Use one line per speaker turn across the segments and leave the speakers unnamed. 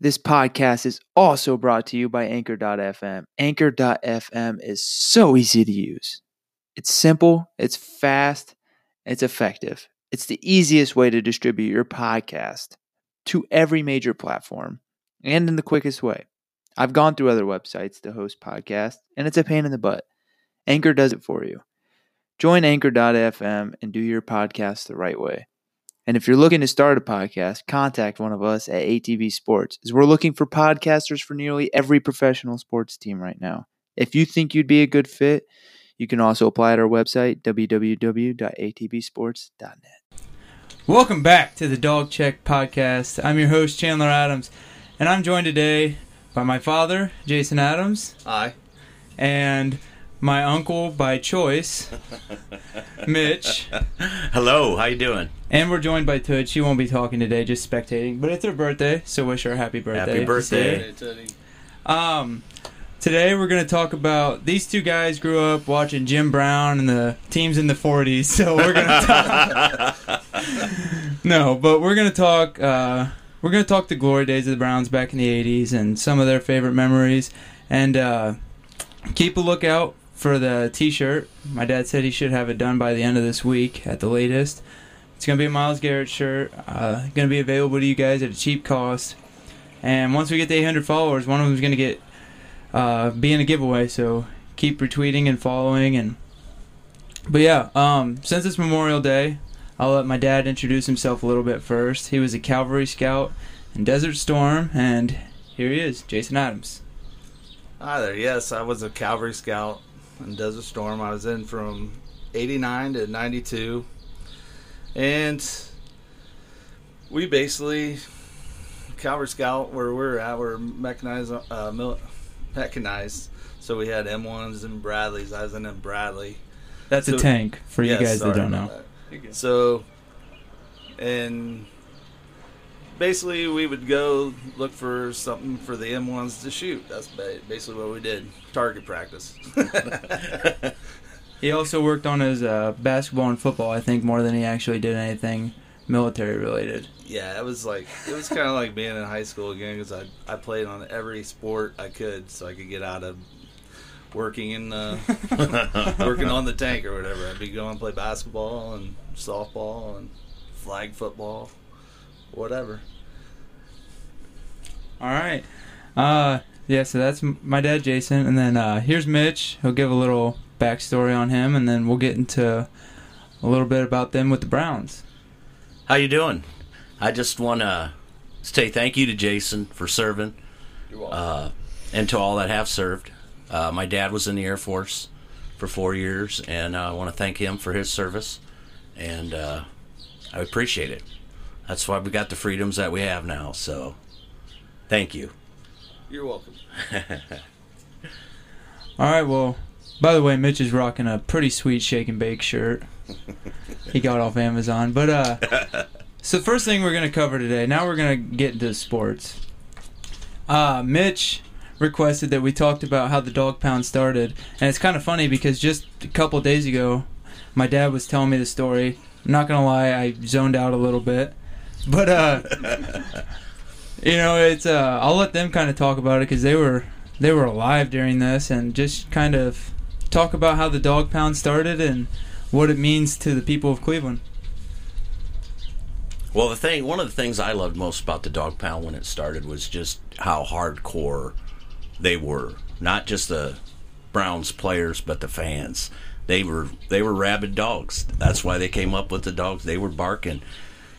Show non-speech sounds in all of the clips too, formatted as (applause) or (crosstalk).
This podcast is also brought to you by Anchor.fm. Anchor.fm is so easy to use. It's simple, it's fast, it's effective. It's the easiest way to distribute your podcast to every major platform and in the quickest way. I've gone through other websites to host podcasts, and it's a pain in the butt. Anchor does it for you. Join Anchor.fm and do your podcast the right way. And if you're looking to start a podcast, contact one of us at ATV Sports, as we're looking for podcasters for nearly every professional sports team right now. If you think you'd be a good fit, you can also apply at our website, www.atbsports.net.
Welcome back to the Dog Check Podcast. I'm your host, Chandler Adams, and I'm joined today by my father, Jason Adams,
Aye.
and my uncle by choice, Mitch.
Hello, how you doing?
And we're joined by Toad. She won't be talking today, just spectating, but it's her birthday, so wish her happy birthday.
Happy birthday.
Um, today we're going to talk about these two guys grew up watching Jim Brown and the teams in the 40s, so we're going to talk. (laughs)
(laughs)
No, but we're gonna talk. Uh, we're gonna talk the glory days of the Browns back in the '80s and some of their favorite memories. And uh, keep a lookout for the T-shirt. My dad said he should have it done by the end of this week at the latest. It's gonna be a Miles Garrett shirt. Uh, gonna be available to you guys at a cheap cost. And once we get to 800 followers, one of them's gonna get uh, be in a giveaway. So keep retweeting and following. And but yeah, um, since it's Memorial Day, I'll let my dad introduce himself a little bit first. He was a Cavalry Scout in Desert Storm, and here he is, Jason Adams.
Hi there. Yes, I was a Calvary Scout in Desert Storm. I was in from 89 to 92. And we basically, Calvary Scout, where we're at, we're mechanized, uh, mil- mechanized. So we had M1s and Bradleys. I was in a Bradley.
That's a
So-
tank for you
Yes,
guys that
sorry
don't know.
about that. So, and basically, we would go look for something for the M1s to shoot. That's ba- basically what we did target practice. (laughs)
He also worked on his uh, basketball and football, I think, more than he actually did anything military related.
yeah, it was like, it was kind of like being in high school again because I, I played on every sport I could so I could get out of working
(laughs)
in the, working on the tank or whatever. I'd be going to play basketball and softball and flag football, whatever.
All right. Uh, yeah, so that's m- my dad, Jason. And then uh, here's Mitch. He'll give a little backstory on him, and then we'll get into a little bit about them with the Browns.
How you doing? I just want to say thank you to Jason for serving
You're welcome.
uh, and to all that have served. Uh, my dad was in the Air Force for four years, and I want to thank him for his service, and uh, I appreciate it. That's why we got the freedoms that we have now. So, thank you.
You're welcome.
All right. Well, by the way, Mitch is rocking a pretty sweet shake and bake shirt. he got off Amazon, but uh, so first thing we're gonna cover today. Now we're gonna get into sports. Uh, Mitch requested that we talked about how the dog pound started, and it's kind of funny because just a couple days ago, my dad was telling me the story. I'm not gonna lie, I zoned out a little bit, but uh, you know, it's uh, I'll let them kind of talk about it because they were they were alive during this and just kind of talk about how the dog pound started and what it means to the people of Cleveland.
Well, the thing, one of the things I loved most about the Dog Pound when it started was just how hardcore they were. Not just the Browns players, but the fans. They were they were rabid dogs. That's why they came up with the dogs. They were barking.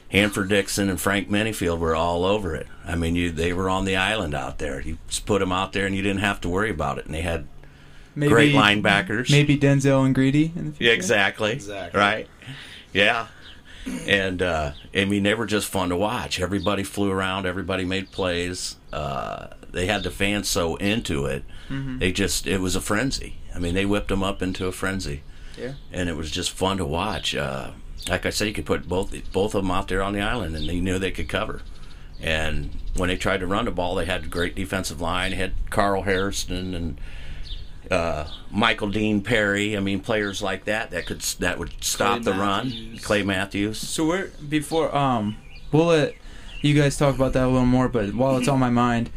Hanford Dixon and Frank Manyfield were all over it. I mean, you they were on the island out there. You just put them out there, and you didn't have to worry about it. And they had
Maybe,
great linebackers.
Maybe Denzel and Greedy in the future.
Yeah, exactly.
Exactly.
Right. Yeah. And uh, I mean, they were just fun to watch. Everybody flew around. Everybody made plays. Uh, they had the fans so into it. They just it was a frenzy. I mean, they whipped them up into a frenzy,
Yeah.
and it was just fun to watch. Uh, like I said, you could put both both of them out there on the island, and they knew they could cover. And when they tried to run the ball, they had a great defensive line. They had Carl Harrison and uh, Michael Dean Perry. I mean, players like that that could that would stop
Clay
the run.
Matthews.
Clay Matthews.
So we're before um, we'll let you guys talk about that a little more, but while it's on my mind,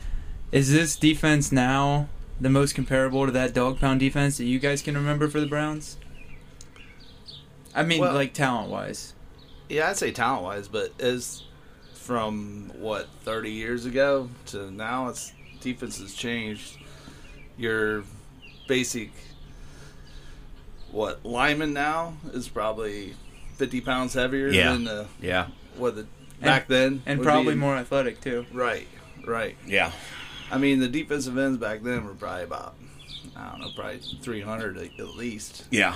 is this defense now the most comparable to that dog pound defense that you guys can remember for the Browns? I mean,
Well-
like talent wise.
Yeah, I'd say talent wise, but as from what thirty years ago to now, it's defense has changed. Your basic what lineman now is probably fifty pounds heavier
Yeah.
than the,
Yeah.
what the back then,
And
would
probably
be.
more athletic, too.
Right, right.
Yeah.
I mean, the defensive ends back then were probably about I don't know, probably three hundred at at least,
Yeah.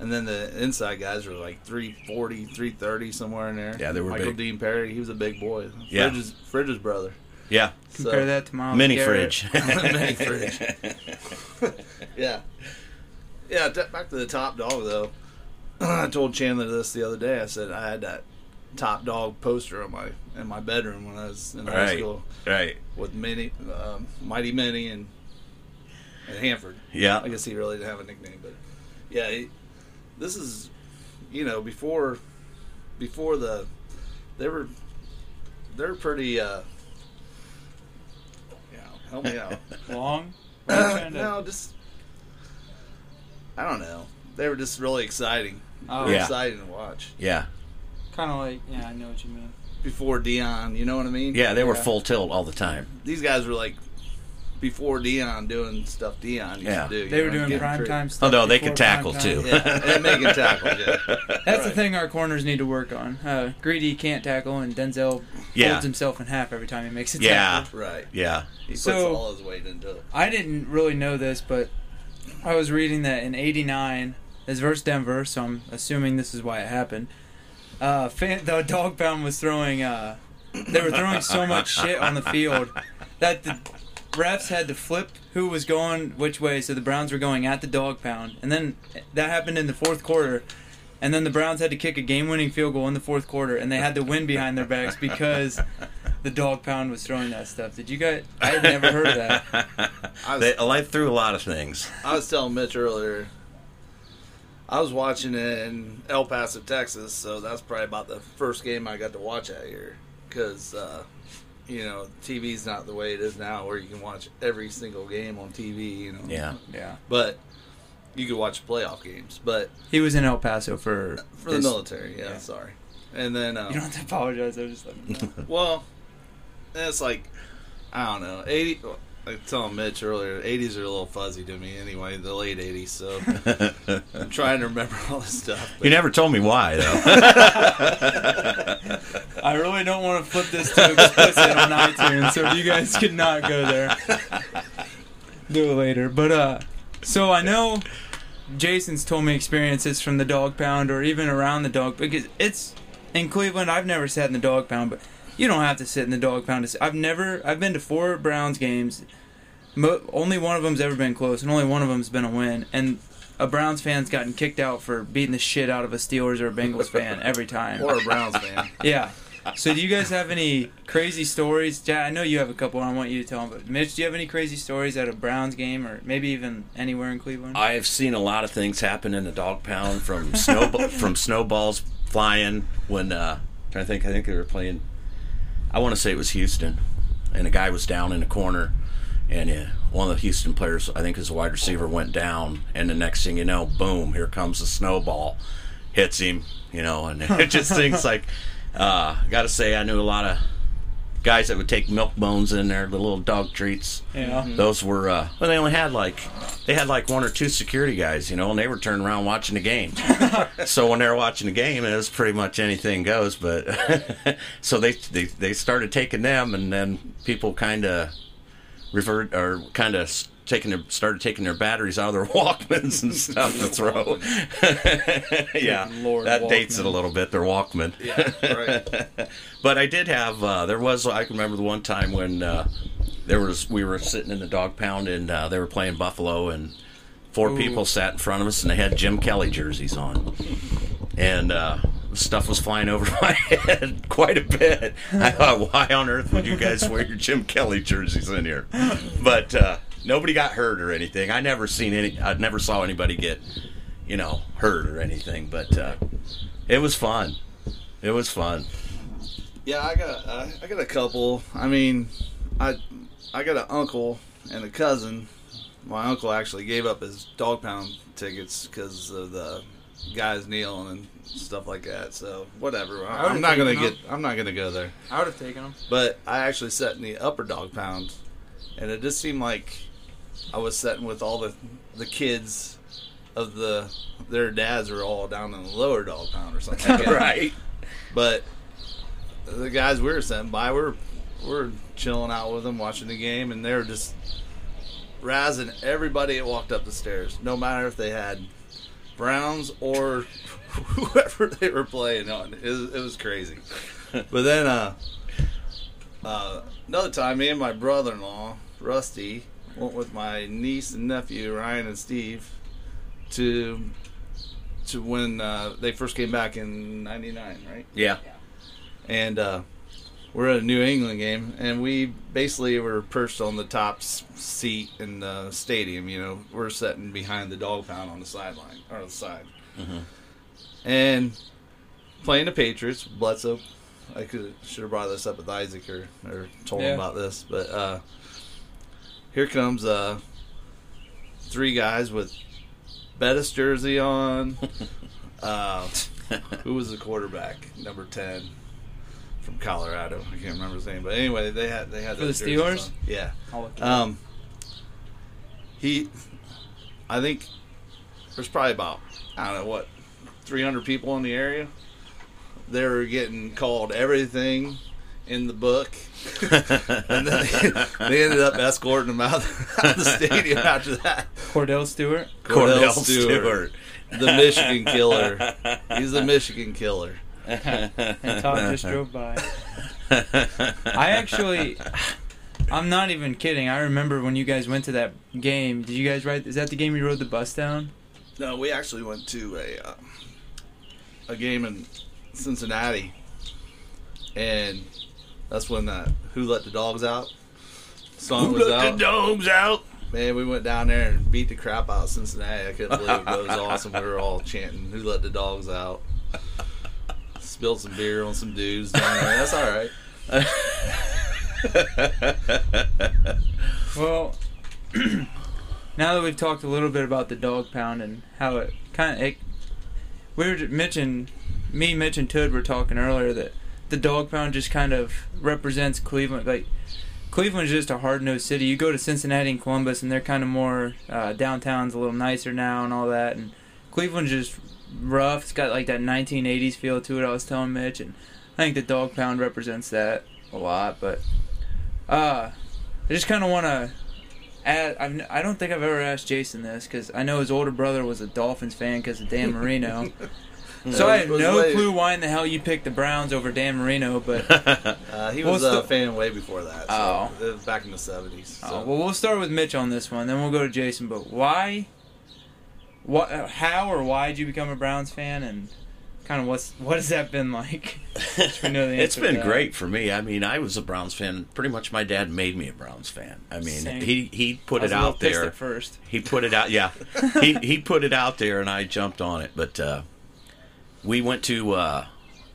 and then the inside guys were like 340, 330, somewhere in there.
Yeah, they were
Michael
big.
Dean Perry, he was a big boy.
Yeah.
Fridge's, Fridge's brother.
Yeah.
So-
Compare that to Miles
Mini
Garrett.
fridge. (laughs)
(laughs) Mini fridge. Yeah. Yeah, t- back to the top dog, though. (clears throat) I told Chandler this the other day. I said I had that top dog poster on my in my bedroom when I was in high
right.
school
Right.
with Minnie, um, Mighty Minnie, and and Hanford.
Yeah.
I guess he really didn't have a nickname, but yeah, he, this is you know before before the they were they're pretty uh you know, help me
(laughs)
out
(coughs) Long?
no just I don't know they were just really exciting
Oh,
Really
Yeah.
exciting to watch
Yeah.
Kind of like, yeah, I know what you mean.
before Dion you know what I mean
Yeah. They were
Yeah.
full tilt all the time.
these guys were like before Dion doing stuff Dion used
Yeah.
to do you
They were
know,
doing
getting
prime
free.
time stuff.
Although Oh, they
before
could tackle,
primetime.
too.
yeah and making tackles yeah
That's the
Right.
thing our corners need to work on. Uh, Greedy can't tackle, and Denzel
Yeah.
holds himself in half every time he makes a tackle.
Yeah.
right
(laughs) Yeah.
He puts
So-
all his weight into it.
I didn't really know this, but I was reading that in '89, it's versus Denver, so I'm assuming this is why it happened. Uh, fan, the dog pound was throwing. Uh, they were throwing so much shit on the field that the refs had to flip who was going which way. So the Browns were going at the dog pound, and then that happened in the fourth quarter. And then the Browns had to kick a game-winning field goal in the fourth quarter, and they had the wind behind their backs because the dog pound was throwing that stuff. Did you guys? I had never heard of that.
I was-
(laughs) they, I threw a lot of things.
I was telling Mitch earlier. I was watching it in El Paso, Texas, so that's probably about the first game I got to watch out here because uh, you know TV's not the way it is now, where you can watch every single game on TV. You know,
Yeah.
Yeah.
but you could watch playoff games, but
He was in El Paso for
for the
this-
military, yeah,
yeah.
sorry. And then um,
You don't have to apologize. I was just like,
Well, it's like I don't know. Eighty. I was telling Mitch earlier, eighties are a little fuzzy to me. Anyway, the late eighties. So I'm trying to remember all this stuff.
You (laughs)
But
never told me why though. (laughs)
I really don't want to flip this to explicit on iTunes, so if you guys could not go there, do it later. But uh, so I know Jason's told me experiences from the dog pound or even around the dog because it's in Cleveland. I've never sat in the dog pound, but you don't have to sit in the dog pound. to s- I've never. I've been to four Browns games. Mo- only one of them's ever been close, and only one of them's been a win. And a Browns fan's gotten kicked out for beating the shit out of a Steelers or a Bengals fan every time.
or a Browns fan.
Yeah. So do you guys have any crazy stories? Ja, I know you have a couple. I want you to tell them. But Mitch, do you have any crazy stories at a Browns game or maybe even anywhere in Cleveland?
I have seen a lot of things happen in the dog pound from snow from snowballs flying when uh I think I think they were playing I want to say it was Houston and a guy was down in the corner and uh, one of the Houston players I think his wide receiver went down and the next thing you know boom here comes the snowball hits him you know and (laughs) it just things like uh got to say I knew a lot of guys that would take milk bones in there the little dog treats
yeah.
those were uh well they only had like they had like one or two security guys you know and they were turning around watching
(laughs)
the game so when they were watching the game it was pretty much anything goes but (laughs) so they, they they started taking them and then people kind of revert or kind of taking their started taking their batteries out of their (laughs) walkmans and stuff to throw (laughs) yeah
Good Lord,
that dates it a
Walkman.
little bit their walkman
Yeah, right.
but I did have. Uh, there was. I can remember the one time when uh, there was. We were sitting in the dog pound, and uh, they were playing Buffalo, and four people sat in front of us, and they had Jim Kelly jerseys on, and uh, stuff was flying over (laughs) my head quite a bit. I thought, why on earth would you guys wear your Jim Kelly jerseys in here? But uh, nobody got hurt or anything. I never seen any. I never saw anybody get, you know, hurt or anything. But uh, it was fun. It was fun.
Yeah, I got uh, I got a couple. I mean, I I got an uncle and a cousin. My uncle actually gave up his dog pound tickets because of the guys kneeling and stuff like that. So whatever.
I
I,
would've
I'm not gonna
taken
get. I'm not gonna go there.
I would have taken (laughs) them.
But I actually sat in the upper dog pound, and it just seemed like I was sitting with all the the kids of the their dads were all down in the lower dog pound or
(laughs)
something. like that.
right.
But the guys we were sitting by, we were we were chilling out with them, watching the game, and they were just razzing everybody that walked up the stairs, no matter if they had Browns or (laughs) whoever they were playing on. It was, it was crazy. But then uh, uh, another time, me and my brother-in-law Rusty went with my niece and nephew Ryan and Steve to to when uh, they first came back in '99, right?
Yeah.
and uh, we're at a New England game, and we basically were perched on the top s- seat in the stadium. You know, we're sitting behind the dog pound on the sideline or the side, and playing the Patriots. Bledsoe, I could should have brought this up with Isaac or, or told
Yeah.
him about this, but uh, here comes uh, three guys with Bettis jersey
(laughs)
on. uh, who was the quarterback? Number ten from Colorado. I can't remember his name, but anyway, they had they had
For
those
the
jerseys
Steelers?
on. Yeah,
I'll look it up.
um, he, I think there's probably about I don't know what 300 people in the area. They were getting called everything in the book, (laughs) and then
(laughs)
they, they ended up escorting them out, (laughs) out of the stadium after that.
Um, Cordell (laughs) Stewart.
Cordell, Stewart.
the Michigan killer. He's the Michigan killer.
And Todd just drove (laughs) by. I actually, I'm not even kidding. I remember when you guys went to that game. Did you guys ride? Is that the game you rode the bus down?
No, we actually went to a uh, a game in Cincinnati, and that's when uh, "Who Let the Dogs Out" song was
Let
out.
the dogs out.
Man, we went down there and beat the crap out of Cincinnati. I couldn't believe it. It was awesome. We were all chanting "Who Let the Dogs Out." Spilled some beer on some dudes down there. That's all right.
Well, (clears throat) now that we've talked a little bit about the dog pound and how it kind of, it, we were Mitch and me, Mitch and Todd were talking earlier that the dog pound just kind of represents Cleveland. Like Cleveland's just a hard nosed city. You go to Cincinnati and Columbus, and they're kind of more uh, downtown's a little nicer now and all that. And Cleveland's just rough. It's got like that 1980s feel to it. I was telling Mitch, and I think the dog pound represents that a lot. But uh, I just kind of want to add. I've, n- I don't think I've ever asked Jason this because I know his older brother was a Dolphins fan because of Dan
(laughs)
Marino. so I have
It was
no
late.
clue why in the hell you picked the Browns over Dan Marino, but.
Uh, he
Well,
was
it's
uh,
the-
a fan way before that. So
Oh.
It was back in the seventies.
Oh, well, we'll start with Mitch on this one, then we'll go to Jason. But why, what, uh, how, or why did you become a Browns fan, and kind of what's what has that been like? we know the
it's
answer to
been
that.
great for me. I mean, I was a Browns fan. Pretty much, my dad made me a Browns fan. I mean,
Same.
he he put
I was
it
a little
out
pissed
there.
at first.
He put it out. Yeah, he he put it out there, and I jumped on it. But uh, we went to. Uh,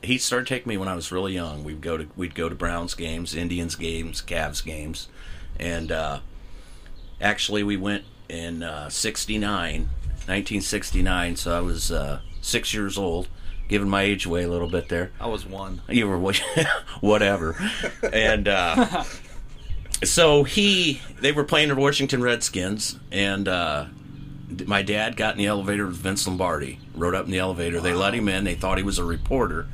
he started taking me when I was really young. We'd go to we'd go to Browns games, Indians games, Cavs games, and uh, actually we went in uh, 69, 1969. So I was uh, six years old, giving my age away a little bit there
I was one.
you were wa- (laughs) whatever and uh, so he they were playing the washington redskins and uh, d- my dad got in the elevator with vince lombardi rode up in the elevator they let him in they thought he was a reporter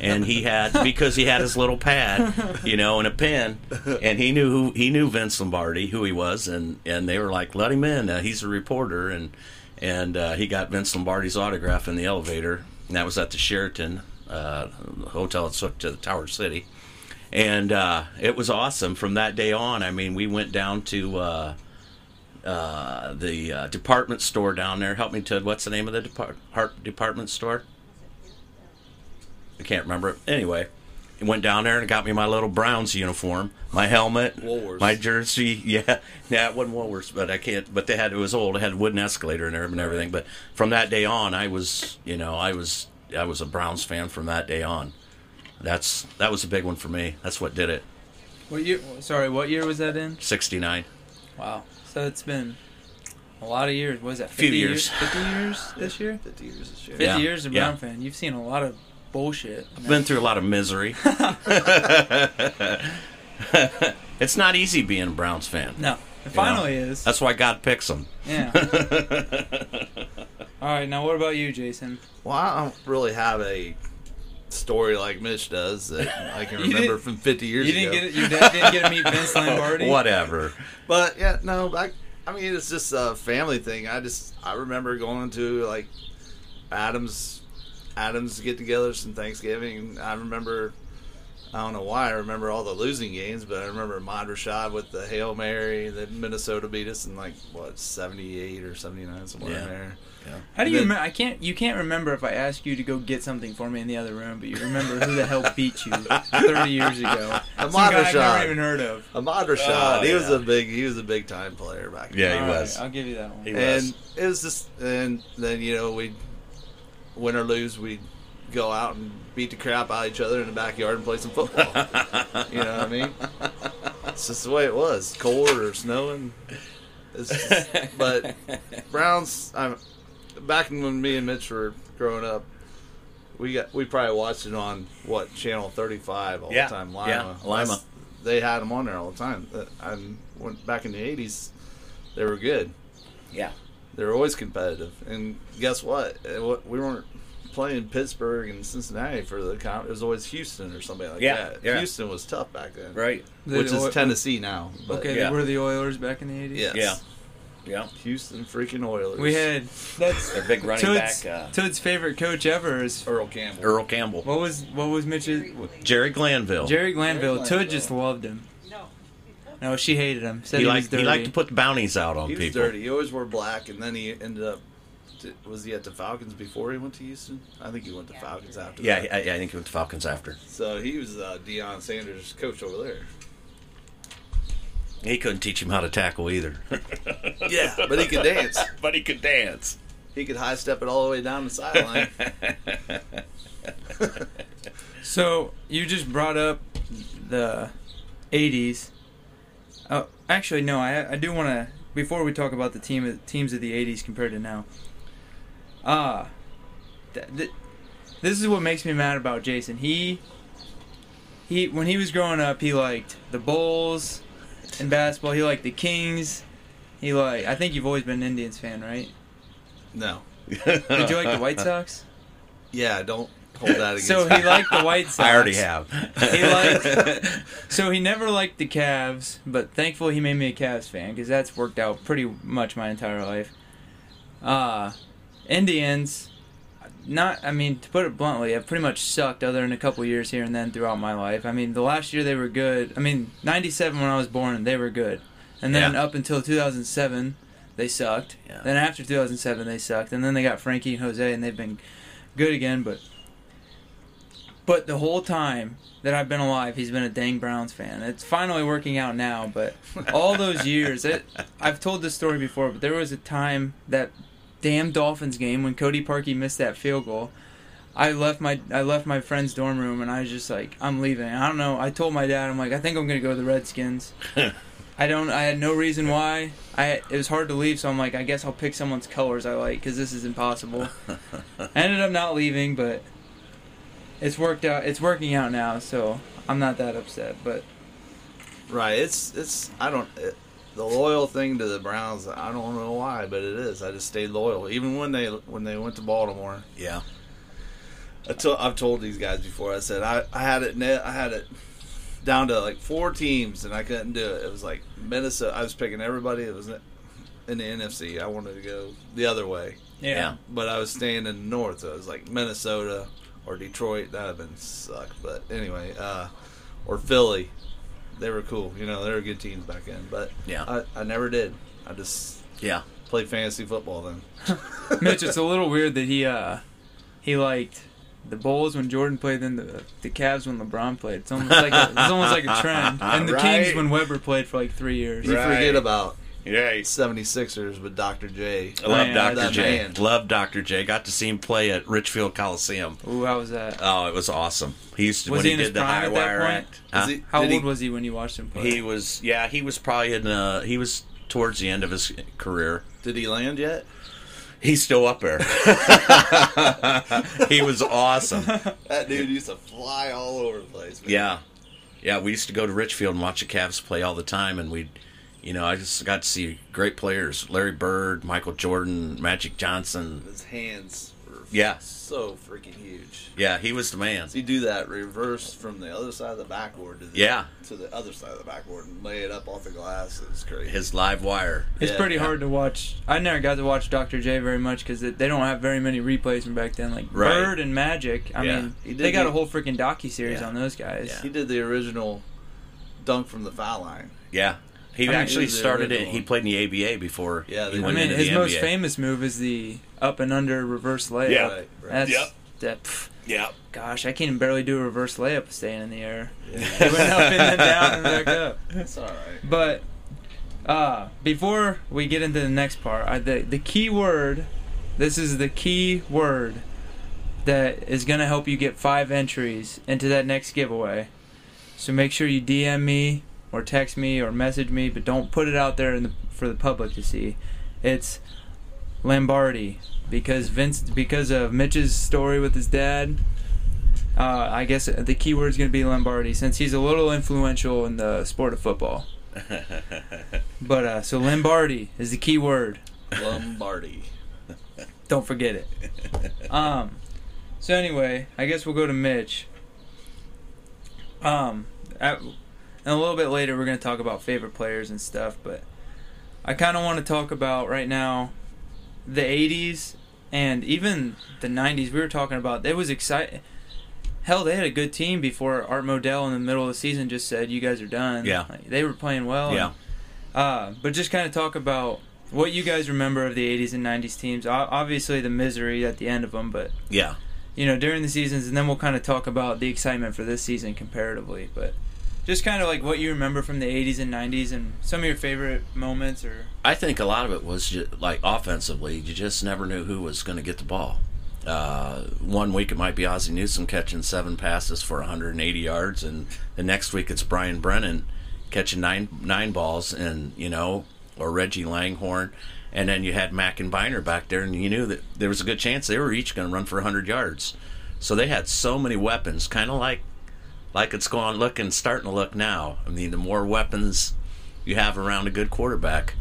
and he had because he had his little pad you know and a pen and he knew who he knew vince lombardi who he was and and they were like let him in uh, he's a reporter and and uh, he got Vince Lombardi's autograph in the elevator. And that was at the Sheraton uh, hotel. It took to the Tower City, and uh, it was awesome. From that day on, I mean, we went down to uh, uh, the uh, department store down there. Help me, Ted. What's the name of the depart- heart- department store? I can't remember it. Anyway, went down there and got me my little Browns uniform, my helmet,
Woolworths.
my jersey. (laughs) Yeah, yeah, it wasn't Woolworths, but I can't. But they had it was old. It had a wooden escalator and everything. everything. But from that day on, I was, you know, I was, I was a Browns fan from that day on. That's that was a big one for me. That's what did it.
What year? Sorry, what year was that in?
Sixty nine.
Wow. So it's been a lot of years. What is that?
Few
50
years.
Fifty years this year.
50 years this year.
Fifty
Yeah,
years of
yeah.
Brown fan. You've seen a lot of bullshit.
I've been through a lot of misery. (laughs) it's not easy being a Browns fan.
No, it
you know?
finally is.
That's why God picks them. (laughs)
Yeah. All right. Now, what about you, Jason?
Well, I don't really have a story like Mitch does that I (laughs) can
You didn't-
remember from 50 years
You didn't
ago.
get it. Your dad didn't get to meet
(laughs)
Vince Lombardi.
Whatever.
But yeah, no, I, I mean it's just a family thing. I just I remember going to like Adams Adams get-togethers and Thanksgiving. I remember I don't know why I remember all the losing games, but I remember Mod Rashad with the hail mary that Minnesota beat us in like what seventy eight or seventy nine somewhere
Yeah.
in there.
How do you
Then-
remember? I can't. You can't remember if I asked you to go get something for me in the other room, but you remember who the
(laughs)
hell beat you thirty years ago. Some guy I've
Shot.
never even heard of.
Ahmad Rashad,
Oh,
he was
yeah.
a big he was a big time player back. then.
Yeah, he
All right,
was.
I'll give you that one.
He
and
was.
it was just and then you know we'd win or lose we'd go out and beat the crap out of each other in the backyard and play some
(laughs)
football you know what i mean it's just the way it was cold or snowing it's just, but browns i'm back when me and mitch were growing up we got we probably watched it on what channel 35 all
Yeah,
the time
yeah, Lima.
That's- they had them on there all the time Uh, and when, back in the 80s they were good
Yeah.
they're always competitive. And guess what? It wa- We weren't playing Pittsburgh and Cincinnati for the comp. It was always Houston or somebody like
Yeah,
that.
yeah.
Houston was tough back then,
Right.
They-
Which
oh,
is Tennessee now. But
Okay, they
yeah.
were the Oilers back in the eighties.
Yes.
Yeah. Yeah.
Houston freaking Oilers.
We had that's
Their big running
Toad's,
back, uh,
Toad's favorite coach ever is
Earl Campbell.
Earl Campbell.
what was what was Mitch's
Jerry Glanville.
Jerry Glanville. Toad
Jerry Glanville.
just loved him. No, she hated him. Said
he
he,
liked
was dirty.
he liked to put bounties out on
he was
people.
dirty. He always wore black, and then he ended up. t- Was he at the Falcons before he went to Houston? I think he went to Falcons after.
Yeah,
that.
I, I think he went to Falcons after.
So he was uh, Deion Sanders' coach over there.
(laughs) He couldn't teach him how to tackle either.
Yeah, but he could dance.
(laughs) but he could dance.
He could high step it all the way down the
(laughs)
sideline.
So you just brought up the '80s. Oh, actually, no. I I do want to before we talk about the team teams of the '80s compared to now. Ah, th- th- this is what makes me mad about Jason. He he when he was growing up, he liked the Bulls in basketball. He liked the Kings. He like I think you've always been an Indians fan, right?
No.
Did you like the
(laughs)
White Sox?
Yeah, don't hold that against.
So
me.
he liked the White Sox.
I already have.
He liked. so he never liked the Cavs, but thankfully he made me a Cavs fan because that's worked out pretty much my entire life. Uh Indians, not. I mean, to put it bluntly, have pretty much sucked other than a couple years here and then throughout my life. I mean, the last year they were good. I mean, '97 when I was born, they were good, and then
Yeah.
up until 2007. They sucked.
Yeah.
Then after 2007, they sucked, and then they got Frankie and Jose, and they've been good again. But but the whole time that I've been alive, he's been a dang Browns fan. It's finally working out now, but all those years, it, I've told this story before, but there was a time that damn Dolphins game when Cody Parkey missed that field goal. I left my I left my friend's dorm room and I was just like I'm leaving. I don't know. I told my dad I'm like I think I'm gonna go to the Redskins. I don't. I had no reason why. I it was hard to leave, so I'm like I guess I'll pick someone's colors I like because this is impossible. I ended up not leaving, but it's worked out. It's working out now, so I'm not that upset. But
Right. It's it's I don't it, the loyal thing to the Browns. I don't know why, but it is. I just stayed loyal even when they when they went to Baltimore.
(laughs) yeah.
I to, I've told these guys before. I said I I had it na- I had it down to like four teams and I couldn't do it. It was like Minnesota. I was picking everybody. It was in the NFC. I wanted to go the other way,
Yeah.
but I was staying in the north. So it was like Minnesota or Detroit. That would have been sucked. But anyway, uh, or Philly. They were cool. You know, they were good teams back then. But
Yeah.
I, I never did. I just
Yeah.
played fantasy football then.
Mitch, it's a little weird that he uh he liked the Bulls when Jordan played, then the the Cavs when LeBron played. It's almost like a, it's almost like a trend, and the
Right.
Kings when Webber played for like three years.
You
Right.
forget about
Yeah,
76ers with Dr. J.
I love
Man,
Dr.
that
J.
man.
Love Dr. J. Got to see him play at Richfield Coliseum.
Ooh, how was that?
Oh, it was awesome. He used to
Was
when
he
he,
in his
did the
prime
high
at that
wire
point?
act.
Is
Huh?
he-
How
did
old
he-
was he when you watched him play?
He was yeah, he was probably in uh he was towards the end of his career.
Did he land yet?
He's still up there. (laughs) he was awesome.
That dude used to fly all over the place. man.
Yeah. Yeah, we used to go to Richfield and watch the Cavs play all the time and we'd you know, I just got to see great players. Larry Bird, Michael Jordan, Magic Johnson.
His hands were
Yeah.
so freaking huge.
Yeah, he was the man.
So you do that reverse from the other side of the backboard to the,
Yeah.
to the other side of the backboard and lay it up off the glass. It's crazy.
His live wire.
It's
Yeah,
pretty
yeah.
hard to watch. I never got to watch Dr. J very much because they don't have very many replays from back then. Like
Right.
Bird and Magic. I
Yeah.
mean,
He
they
did
got
get-
a whole freaking docu series
Yeah.
on those guys.
Yeah.
he did the original dunk from the foul line.
Yeah. He
I mean,
actually
he was the
started it.
original
He
one.
played in the ABA before.
Yeah,
he
they-
I
went
mean,
into
his
the
most
NBA.
famous move is the up and under reverse layup.
Yeah.
Right, right.
That's
Yep.
that. pff,
Yeah,
gosh, I can barely do a reverse layup staying in the
(laughs)
air.
Yeah,
It went up and then down and back up.
it's all right.
But uh, before we get into the next part, I, the the key word, this is the key word that is gonna help you get five entries into that next giveaway. So make sure you DM me or text me or message me, but don't put it out there in the, for the public to see. It's Lombardi because Vince because of Mitch's story with his dad. Uh, I guess the key word is going to be Lombardi since he's a little influential in the sport of football. But uh, so Lombardi is the key word.
Lombardi.
Don't forget
(laughs)
it. Um, so anyway, I guess we'll go to Mitch. Um, at, and a little bit later we're gonna talk about favorite players and stuff, but I kind of want to talk about right now the '80s and even the '90s. We were talking about it was exciting. Hell, they had a good team before Art Modell in the middle of the season just said, "You guys are done."
Yeah.
Like, they were playing well. and
yeah.
uh, but just kind of talk about what you guys remember of the 80s and 90s teams. O- Obviously, the misery at the end of them, but
yeah.
you know during the seasons, and then we'll kind of talk about the excitement for this season comparatively. But just kind of like what you remember from the 80s and 90s, and some of your favorite moments, or
I think a lot of it was just, like offensively, you just never knew who was going to get the ball. Uh, one week it might be Ozzie Newsome catching seven passes for 180 yards, and the next week it's Brian Brennan catching nine nine balls, and you know, or Reggie Langhorn, and then you had Mack and Biner back there, and you knew that there was a good chance they were each going to run for 100 yards. So they had so many weapons, kind of like like it's going looking starting to look now. I mean, the more weapons you have around a good quarterback,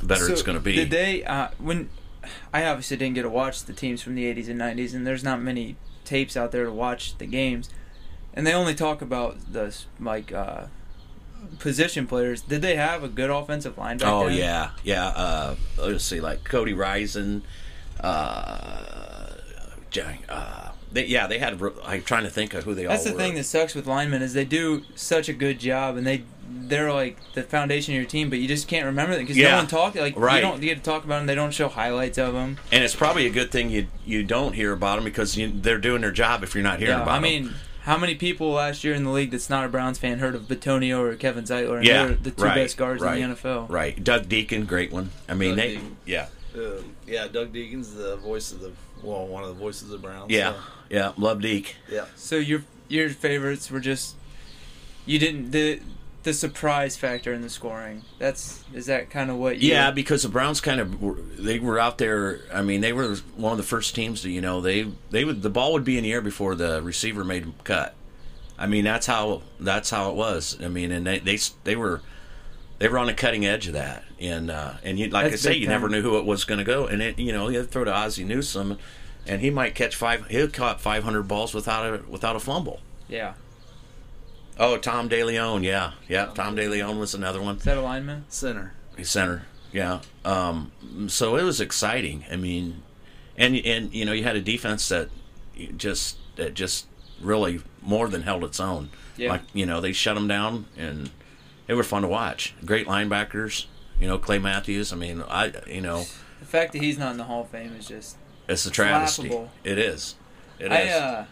the better it's
So,
going to be.
Did they uh, when I obviously didn't get to watch the teams from the 80s and 90s, and there's not many tapes out there to watch the games, and they only talk about the s- like uh, position players. Did they have a good offensive line? Back
oh
then?
yeah, yeah. Uh, let's see, like Cody Risen. Uh, dang, uh, they, yeah, they had. re- I'm trying to think of who they
That's
all
the
were.
thing that sucks with linemen is they do such a good job and they they're like the foundation of your team, but you just can't remember them because
Yeah.
no one talked like
Right.
you don't get to talk about them. They don't show highlights of them.
and it's probably a good thing you you don't hear about them because you, they're doing their job if you're not hearing
Yeah,
about
I
'em.
mean, how many people last year in the league that's not a Browns fan heard of Batonio or Kevin Zeitler? And
yeah,
they're the two
right,
best guards
right,
in the NFL.
Right, Doug Deacon, great one. I mean,
Doug
they,
Deacon.
yeah.
Uh, yeah, Doug Deacon's the voice of the well, one of the voices of the Browns.
Yeah,
so,
yeah, love Deke.
yeah.
So your your favorites were just you didn't the the surprise factor in the scoring. That's is that kind of what? You,
Yeah, because the Browns kind of were, they were out there. I mean, they were one of the first teams to you know they they would the ball would be in the air before the receiver made a cut. I mean, that's how that's how it was. I mean, and they they s- they were they were on the cutting edge of that, and uh, and you, like
That's
I say,
big
you
time.
never knew who it was going to go, and it you know you throw to Ozzie Newsome, and he might catch five. He caught five hundred balls without a without a fumble.
yeah.
Oh, Tom DeLeon, yeah, yeah, Tom DeLeon was another one.
Is that a lineman?
Center.
center. Yeah. Um, so it was exciting. I mean, and and you know you had a defense that just that just really more than held its own.
Yeah.
Like you know they shut them down and they were fun to watch. Great linebackers. You know Clay Matthews. I mean I you know
The fact that he's not in the Hall of Fame is just
it's a travesty.
Laughable.
It is. It
uh, I
is.
uh,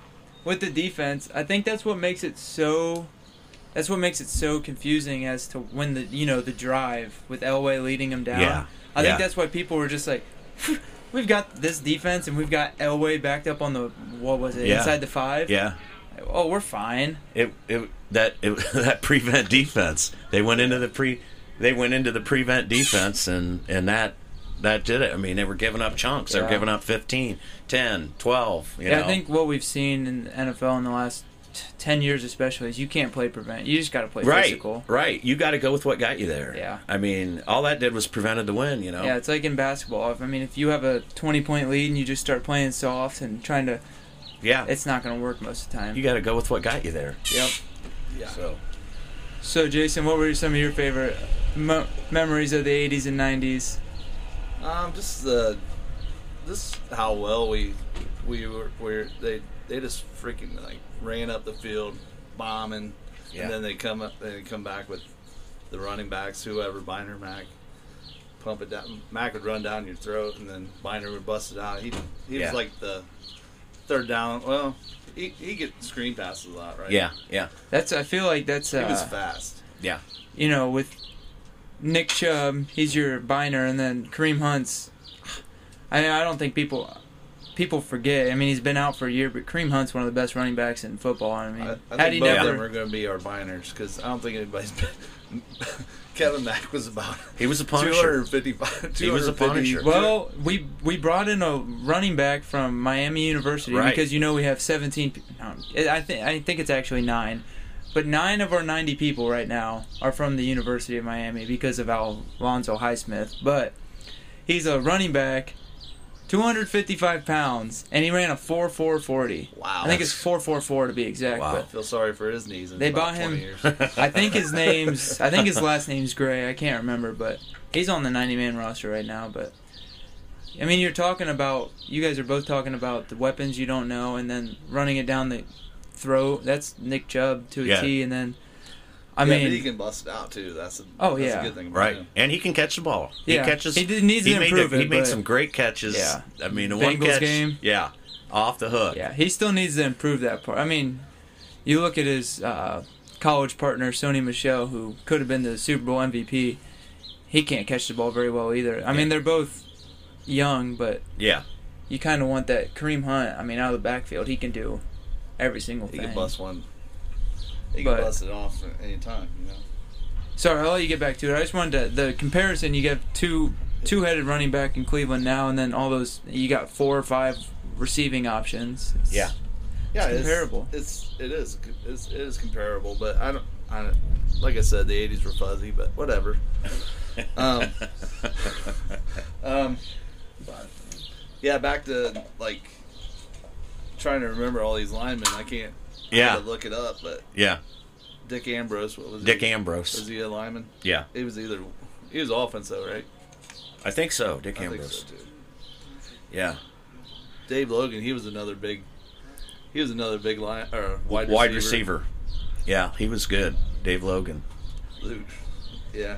with the defense, I think that's what makes it so that's what makes it so confusing as to when the you know the drive with Elway leading him down.
Yeah,
I
yeah.
think that's why people were just like, we've got this defense and we've got Elway backed up on the what was it
Yeah.
inside the five?
Yeah.
Oh, we're fine.
It, it that it, (laughs) that prevent defense. They went into the pre they went into the prevent defense and and that that did it. I mean, they were giving up chunks. They were
Yeah.
giving up 15, 10, 12, you
yeah,
know.
I think what we've seen in the NFL in the last t- ten years, especially, is you can't play prevent. You just got to play
right.
physical.
Right. You got to go with what got you there.
Yeah.
I mean, all that did was prevented the win, you know.
Yeah, it's like in basketball. If, I mean, if you have a 20 point lead and you just start playing soft and trying to,
Yeah.
it's not going to work most of the time.
you got to go with what got you there.
yep.
So,
So, Jason, what were some of your favorite mo- memories of the 80s and 90s?
Um, just the this how well we we were where they they just freaking like ran up the field, bombing,
Yeah.
and then they come up they come back with the running backs, whoever Binder Mac, pump it down. Mac would run down your throat, and then Binder would bust it out. He he
Yeah.
was like the third down. Well, he he get screen passes a lot, right?
yeah, yeah.
That's I feel like that's
he was
uh,
fast.
Yeah.
you know with Nick Chubb, he's your binder, and then Kareem Hunt's. I I don't think people people forget. I mean, he's been out for a year, but Kareem Hunt's one of the best running backs in football. I mean,
I, I
how
think
do you
both
never?
of them are going to be our binders because I don't think anybody's been. (laughs) Kevin Mack was about
He was a punisher.
255.
He was a
250
punisher.
Well, we we brought in a running back from Miami University
Right.
because you know we have 17. pe- No, I think I think it's actually nine, but nine of our 90 people right now are from the University of Miami because of Al- Alonzo Highsmith. But he's a running back, 255 pounds, and he ran a 4.440.
Wow.
I think it's 4.44 to be exact.
Wow.
But
Feel sorry for his knees. In
They bought
about
him-
20
(laughs)
years.
I think his name's I think his last name's Gray. I can't remember, but he's on the 90 man roster right now. But I mean, you're talking about you guys are both talking about the weapons you don't know, and then running it down the throat. That's Nick Chubb to a T,
Yeah.
and then I
yeah,
mean,
but he can bust it out too. That's a,
Oh,
that's
yeah.
a good thing. About
Right,
Him.
and he can catch the ball.
Yeah.
He catches.
He did- needs to
he made
improve
He
it,
made
but-
some great catches.
Yeah.
I mean, the one
Bengals
catch.
game.
Yeah, off the hook.
yeah, he still needs to improve that part. I mean, you look at his uh, college partner Sony Michelle, who could have been the Super Bowl MVP. He can't catch the ball very well either. I mean, they're both young, but
yeah,
you kind of want that Kareem Hunt. I mean, out of the backfield, he can do every single
He
thing.
can bust one. He
But-
can bust it off at any time. You know.
Sorry, I'll let you get back to it. I just wanted to the comparison. You got two two-headed running back in Cleveland now, and then all those you got four or five receiving options. It's-
yeah.
Yeah, it's
comparable.
It's it is it's, it is comparable, but I don't. I don't like I said, the '80s were fuzzy, but
(laughs)
whatever. Um, Um, but, yeah, back to like trying to remember all these linemen. I can't. I
Yeah.
had to look it up, but
yeah.
Dick Ambrose. What was
Dick
he?
Ambrose.
Was he a lineman?
yeah,
He was either he was offense though, right?
I think so. Dick
I think
Ambrose.
so too.
Yeah,
Dave Logan. He was another big. He was another big line or wide
wide
receiver.
receiver. Yeah, he was good. Dave Logan.
Luke. Yeah.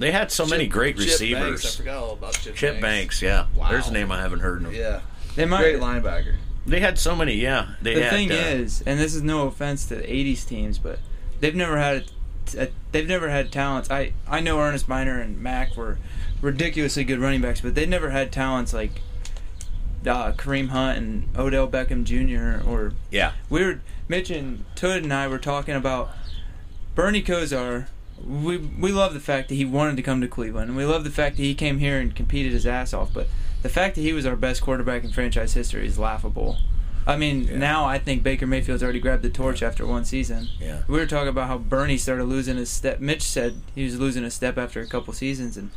They had so many
Chip-
great
Chip
receivers.
Banks, I forgot all about Chip,
Chip Banks. Yeah,
Wow.
there's a name I haven't heard of.
Yeah.
they might.
Great linebacker.
They had so many. Yeah, they
the
had.
thing
uh,
is, and this is no offense to the '80s teams, but they've never had a, a, they've never had talents. I I know Ernest Miner and Mac were ridiculously good running backs, but they never had talents like uh, Kareem Hunt and Odell Beckham Jr. or
yeah,
we were Mitch and Toad and I were talking about Bernie Kosar. We we love the fact that he wanted to come to Cleveland, and we love the fact that he came here and competed his ass off. But the fact that he was our best quarterback in franchise history is laughable. I mean, now I think Baker Mayfield's already grabbed the torch after one season.
Yeah.
we were talking about how Bernie started losing his step. Mitch said he was losing his step after a couple seasons, and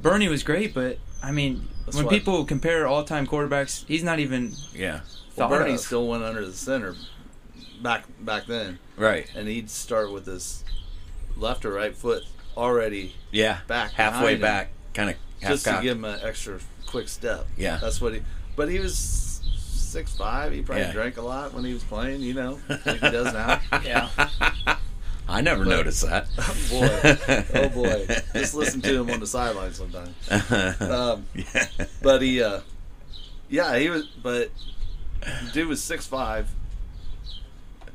Bernie was great, but I mean,
That's
when
why-
people compare all-time quarterbacks, he's not even
yeah.
Well,
thought
Bernie
of.
still went under the center back back then,
Right.
and he'd start with his left or right foot already
Yeah.
Back behind
halfway
him.
back, kind of half
just to
cocked.
give him an extra quick step.
Yeah.
that's what he. But he was six five. He probably
Yeah.
drank a lot when he was playing. You
(laughs)
know, like he does now.
yeah.
I never
But-
noticed
(laughs)
that.
boy, oh boy. Just listen to him on the
(laughs)
sideline sometimes. Um, but he, uh, yeah, he was. But dude was six five,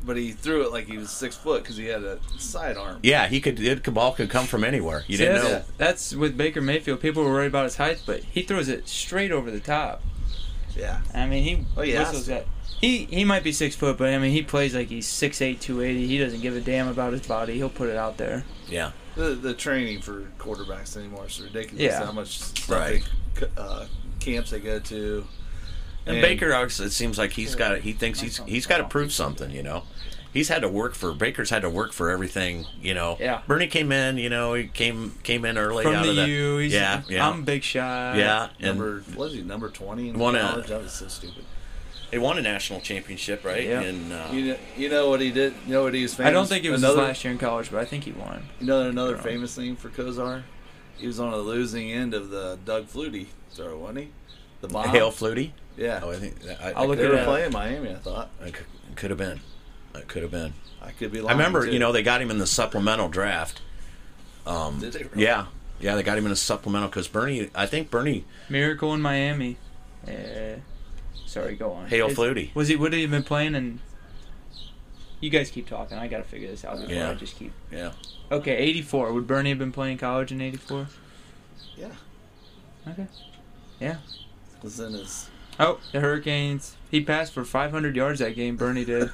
but he threw it like he was six foot because he had a sidearm.
Yeah, he could. It, ball could come from anywhere. You
See,
didn't know.
that's, that's with Baker Mayfield. People were worried about his height, but he throws it straight over the top.
Yeah,
I mean, he
Oh, yeah.
whistles that. He he might be six foot, but I mean, he plays like he's 6'8", 280. He doesn't give a damn about his body. He'll put it out there.
Yeah,
the, the training for quarterbacks anymore is ridiculous.
Yeah.
how much stuff
Right.
they, uh, camps they go to.
and, Baker Baker, it seems like he's got. He thinks he's he's got to prove something. You know, he's had to work for Baker's had to work for everything. You know,
Yeah.
Bernie came in. You know, he came came in early
From
out of
the
the
U, he's,
yeah, yeah,
I'm a big shot.
yeah, and
Number what is he number twenty in
One, uh,
college? That was so stupid.
they won a national championship, right?
Yeah.
And uh,
You know, you know what he did. You know what he was famous.
I don't think it was
another,
his last year in college, but I think he won.
You know another
No.
famous thing for Kozar. He was on the losing end of the Doug Flutie throw, wasn't he? The bomb.
Hale Flutie.
Yeah,
Oh, I think I,
I'll look
they
it
were
up.
playing Miami. I thought
could have been. It could have been.
I could be.
I
Lying
remember,
too.
you know, they got him in the supplemental draft.
Did they really?
Yeah, yeah, they got him in a supplemental because Bernie. I think Bernie
Miracle in Miami. Uh, sorry, go on.
Hale
Is-
Flutie.
Was he? Would he have been playing? And you guys keep talking. I gotta figure this out before
Yeah.
I just keep.
Yeah,
Okay, '84. Would Bernie have been playing college in '84?
Yeah,
Okay. Yeah.
it was in his.
Oh, the Hurricanes. He passed for 500 yards that game. Bernie
(laughs)
did.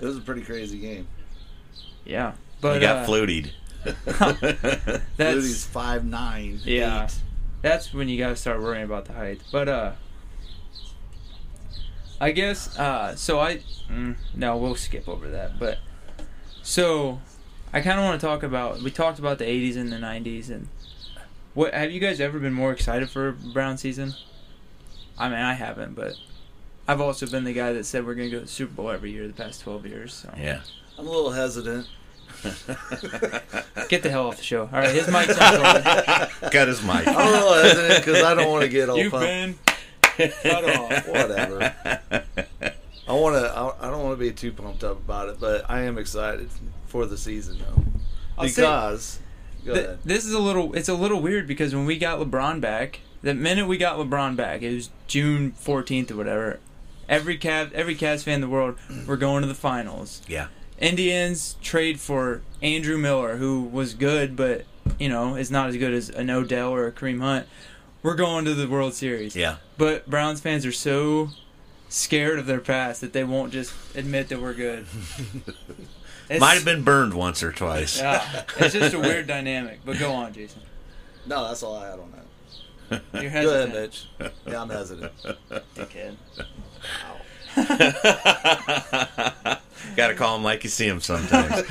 It was a pretty crazy game.
Yeah.
he
But
got
uh,
flutied.
Flutie's
(laughs) that's
five nine.
Yeah. that's when you gotta start worrying about the height. But uh, I guess uh, so I mm, no, we'll skip over that. But so I kind of want to talk about we talked about the 80s and the 90s and what have you guys ever been more excited for Brown season? I mean, I haven't, but I've also been the guy that said we're gonna go to the Super Bowl every year the past 12 years. So.
(laughs) yeah.
I'm a little hesitant.
Get the hell off the show. All right, his mic's on.
Got his mic.
I'm
Oh.
a little hesitant because I don't want
(laughs)
to get all
You've
pumped.
been cut off.
(laughs) Whatever. I want to. I I don't want to be too pumped up about it, but I am excited for the season though,
I'll say-
because. Go
Th-
ahead.
this is a little it's a little weird because when we got LeBron back, the minute we got LeBron back, it was June 14th or whatever. Every Cav every Cavs fan in the world were going to the finals.
yeah,
Indians trade for Andrew Miller, who was good but, you know, is not as good as an Odell or a Kareem Hunt. We're going to the World Series.
yeah.
But Browns fans are so scared of their past that they won't just admit that we're
(laughs)
good. It's-
Might
(laughs)
have been burned once or twice.
Yeah, it's just a weird dynamic. But go on, Jason.
No, that's all I had on that.
You're
Go ahead,
hesitant.
Mitch. Yeah, I'm
(laughs)
hesitant.
Dickhead.
Got to call him like you see him sometimes.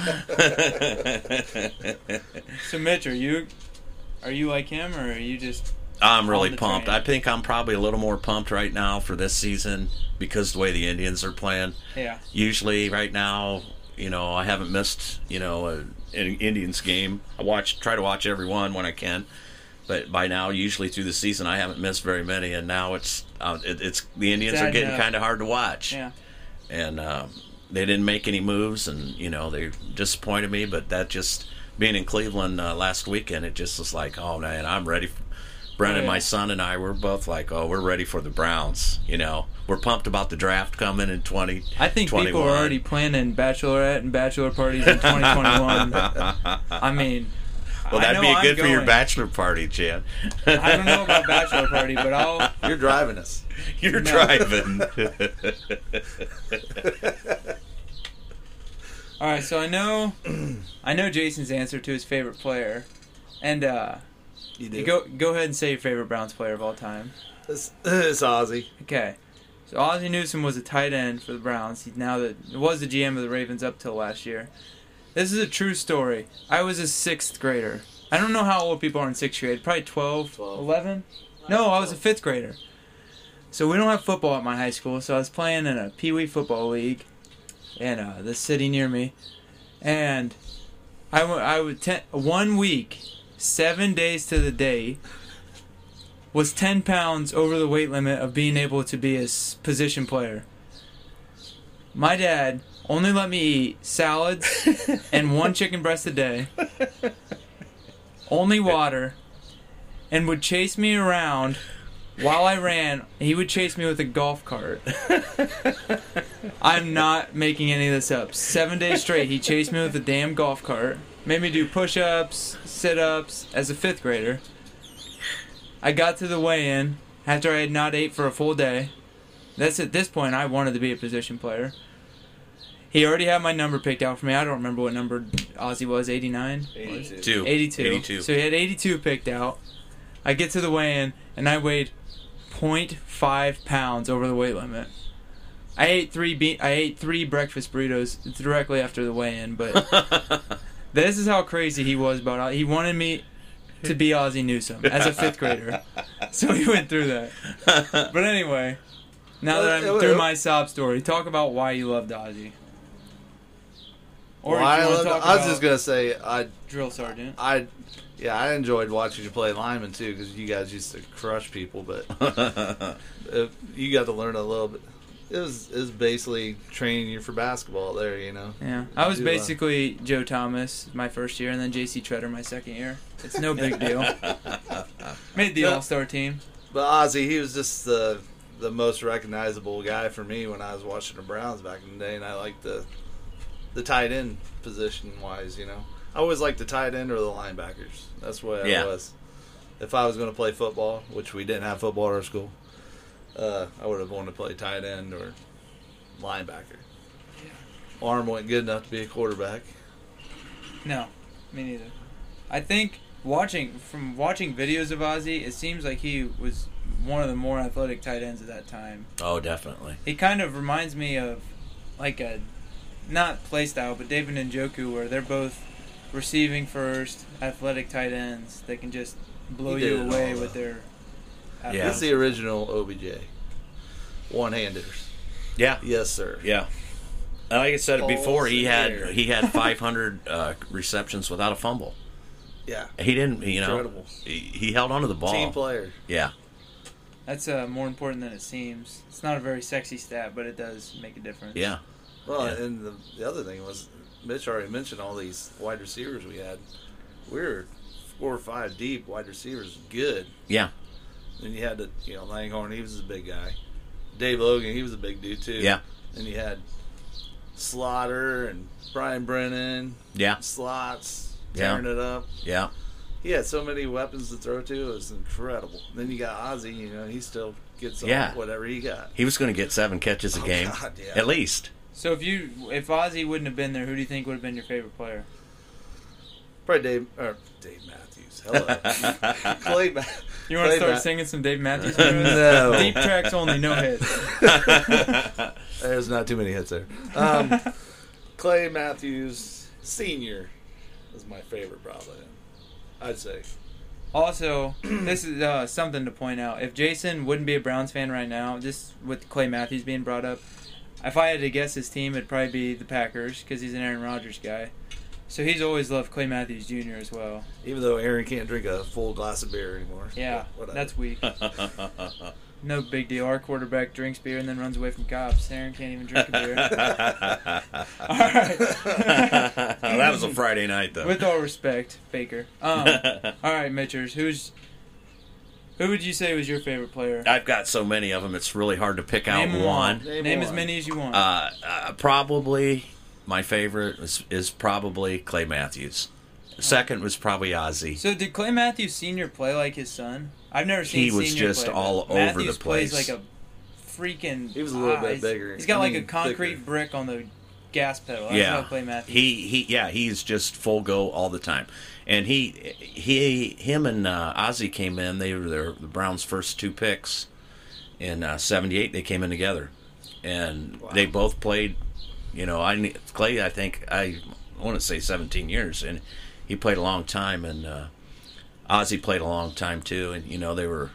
So Mitch, are you are you like him or are you just
I'm
On
really
the
pumped.
train.
I think I'm probably a little more pumped right now for this season because the way the Indians are playing.
yeah?
usually right now you know i haven't missed you know a, an indians game i watch try to watch every one when i can but by now usually through the season i haven't missed very many and now it's uh, it, it's the indians
It's
are getting
adding up.
kind of hard to watch
Yeah.
and um, they didn't make any moves and you know they disappointed me but that just being in cleveland uh, last weekend it just was like oh man i'm ready for Brennan,
Oh, yeah.
my son, and I were both like, "Oh, we're ready for the Browns." You know, we're pumped about the draft coming in twenty.
I think people are
21. (laughs)
already planning bachelorette and bachelor parties in 2021.
(laughs)
I mean,
Well, that'd
I
be
know
good
I'm
for your
going.
bachelor party, Chad. (laughs)
I don't know about bachelor party, but I'll
You're driving us.
You're
No. (laughs)
driving.
All right, so I know (clears throat) I know Jason's answer to his favorite player. And uh
You do.
go go ahead and say your favorite Browns player of all time.
It's, it's Ozzy.
Okay. So Ozzie Newsom was a tight end for the Browns. He now the was the GM of the Ravens up till last year. This is a true story. I was a sixth grader. I don't know how old people are in sixth grade. Probably 12,
12.
11. No, I was a fifth grader. So we don't have football at my high school. So I was playing in a Pee Wee football league in uh, the city near me, and I wa- I would ten, one week, seven days to the day, was 10 pounds over the weight limit of being able to be a s- position player. My dad only let me eat salads and one chicken breast a day, only water, and would chase me around while I ran. He would chase me with a golf cart. I'm not making any of this up. Seven days straight, he chased me with a damn golf cart, made me do push ups, sit ups as a fifth grader. I got to the weigh in after I had not ate for a full day. That's at this point, I wanted to be a position player. He already had my number picked out for me. I don't remember what number Ozzy was 89? 82.
Two. 82.
So he had 82 picked out. I get to the weigh in and I weighed 0.5 pounds over the weight limit. I ate three be- I ate three breakfast burritos directly after the weigh in, but this is how crazy he was about it. He wanted me to be Ozzy Newsome as a fifth grader. So he went through that. But anyway, now that I'm through my sob story, talk about why you loved Ozzy.
Well,
if you
I,
wanna
loved-
talk
I was
about
just gonna say I
drill sergeant.
I yeah I enjoyed watching you play lineman too because you guys used to crush people, but (laughs) if you got to learn a little bit. It was it was basically training you for basketball there, you know.
Yeah, I was
Do, uh,
basically Joe Thomas my first year, and then J.C. Treader my second year. It's no big
(laughs)
deal. Made the
Yeah.
All Star team.
But Ozzy, he was just the the most recognizable guy for me when I was watching the Browns back in the day, and I liked the the tight end position wise. You know, I always liked the tight end or the linebackers. That's what
Yeah.
I was. If I was going to play football, which we didn't have football at our school, uh, I would have wanted to play tight end or linebacker. Arm wasn't good enough to be a quarterback.
No, me neither. I think watching from watching videos of Ozzy, it seems like he was one of the more athletic tight ends at that time.
oh, definitely.
He kind of reminds me of like a not play style, but David Njoku, where they're both receiving first, athletic tight ends that can just blow
He did
you
it
away
all,
with
though.
their.
Yeah.
He's the original OBJ, one-handers.
Yeah.
Yes, sir.
Yeah. And Like I said
Balls
before, he had
there.
he
(laughs)
had 500 uh, receptions without a fumble.
Yeah,
He didn't, you know.
Incredible.
He, he held onto the ball.
team player.
Yeah.
That's uh, more important than it seems. It's not a very sexy stat, but it does make a difference.
Yeah.
Well,
Yeah.
and the, the other thing was, Mitch already mentioned all these wide receivers we had. We were four or five deep wide receivers, good.
Yeah.
Then you had the, you know, Langhorn, he was a big guy. Dave Logan, he was a big dude too.
Yeah.
And you had Slaughter and Brian Brennan,
Yeah.
slots
Yeah.
tearing it up.
Yeah.
He had so many weapons to throw to. It was incredible. Then you got Ozzy. You know, he still gets all-
Yeah.
whatever he got.
He was going to get seven catches a
Oh,
game,
God, yeah. (laughs)
at least.
So if you, if Ozzy wouldn't have been there, who do you think would have been your favorite player?
Probably Dave or Dave Matthews. Hello,
(laughs)
Clay. Ma-
You want to
Play
start
that.
singing some Dave Matthews?
No.
Deep tracks only, no hits.
There's not too many hits there.
(laughs)
Um, Clay Matthews Senior is my favorite, probably. I'd say.
Also, this is uh, something to point out. If Jason wouldn't be a Browns fan right now, just with Clay Matthews being brought up, if I had to guess his team, it'd probably be the Packers because he's an Aaron Rodgers guy. So he's always loved Clay Matthews Jr. as well.
Even though Aaron can't drink a full glass of beer anymore.
Yeah,
But whatever.
that's
(laughs)
weak. No big deal. Our quarterback drinks beer and then runs away from cops. Aaron can't even drink a beer.
(laughs)
(laughs) all right.
that was a Friday night, though.
With all respect, Baker. Um, all right, Mitchers. Who's who would you say was your favorite player?
(laughs) I've got so many of them, it's really hard to pick out
Name
one.
Name,
Name
as
one.
many as you want.
Uh, uh, probably my favorite is, is probably Clay Matthews. Second was probably Ozzy.
so did Clay Matthews Senior play like his son? I've never seen.
He was
Senior
just
play, but
all over the
Matthews
place.
Plays like a freaking.
He was a little bit
eyes.
bigger.
He's got
I
like
mean,
a concrete
thicker.
brick on the gas pedal. That's
yeah,
how Clay Matthews.
he he yeah he's just full go all the time, and he he him and uh, Ozzy came in. They were their, the Browns' first two picks in uh, '78. They came in together, and they both played. You know, I kn- Clay. I think I want to say 17 years, and he played a long time, and uh, Ozzy played a long time too. And you know, they were,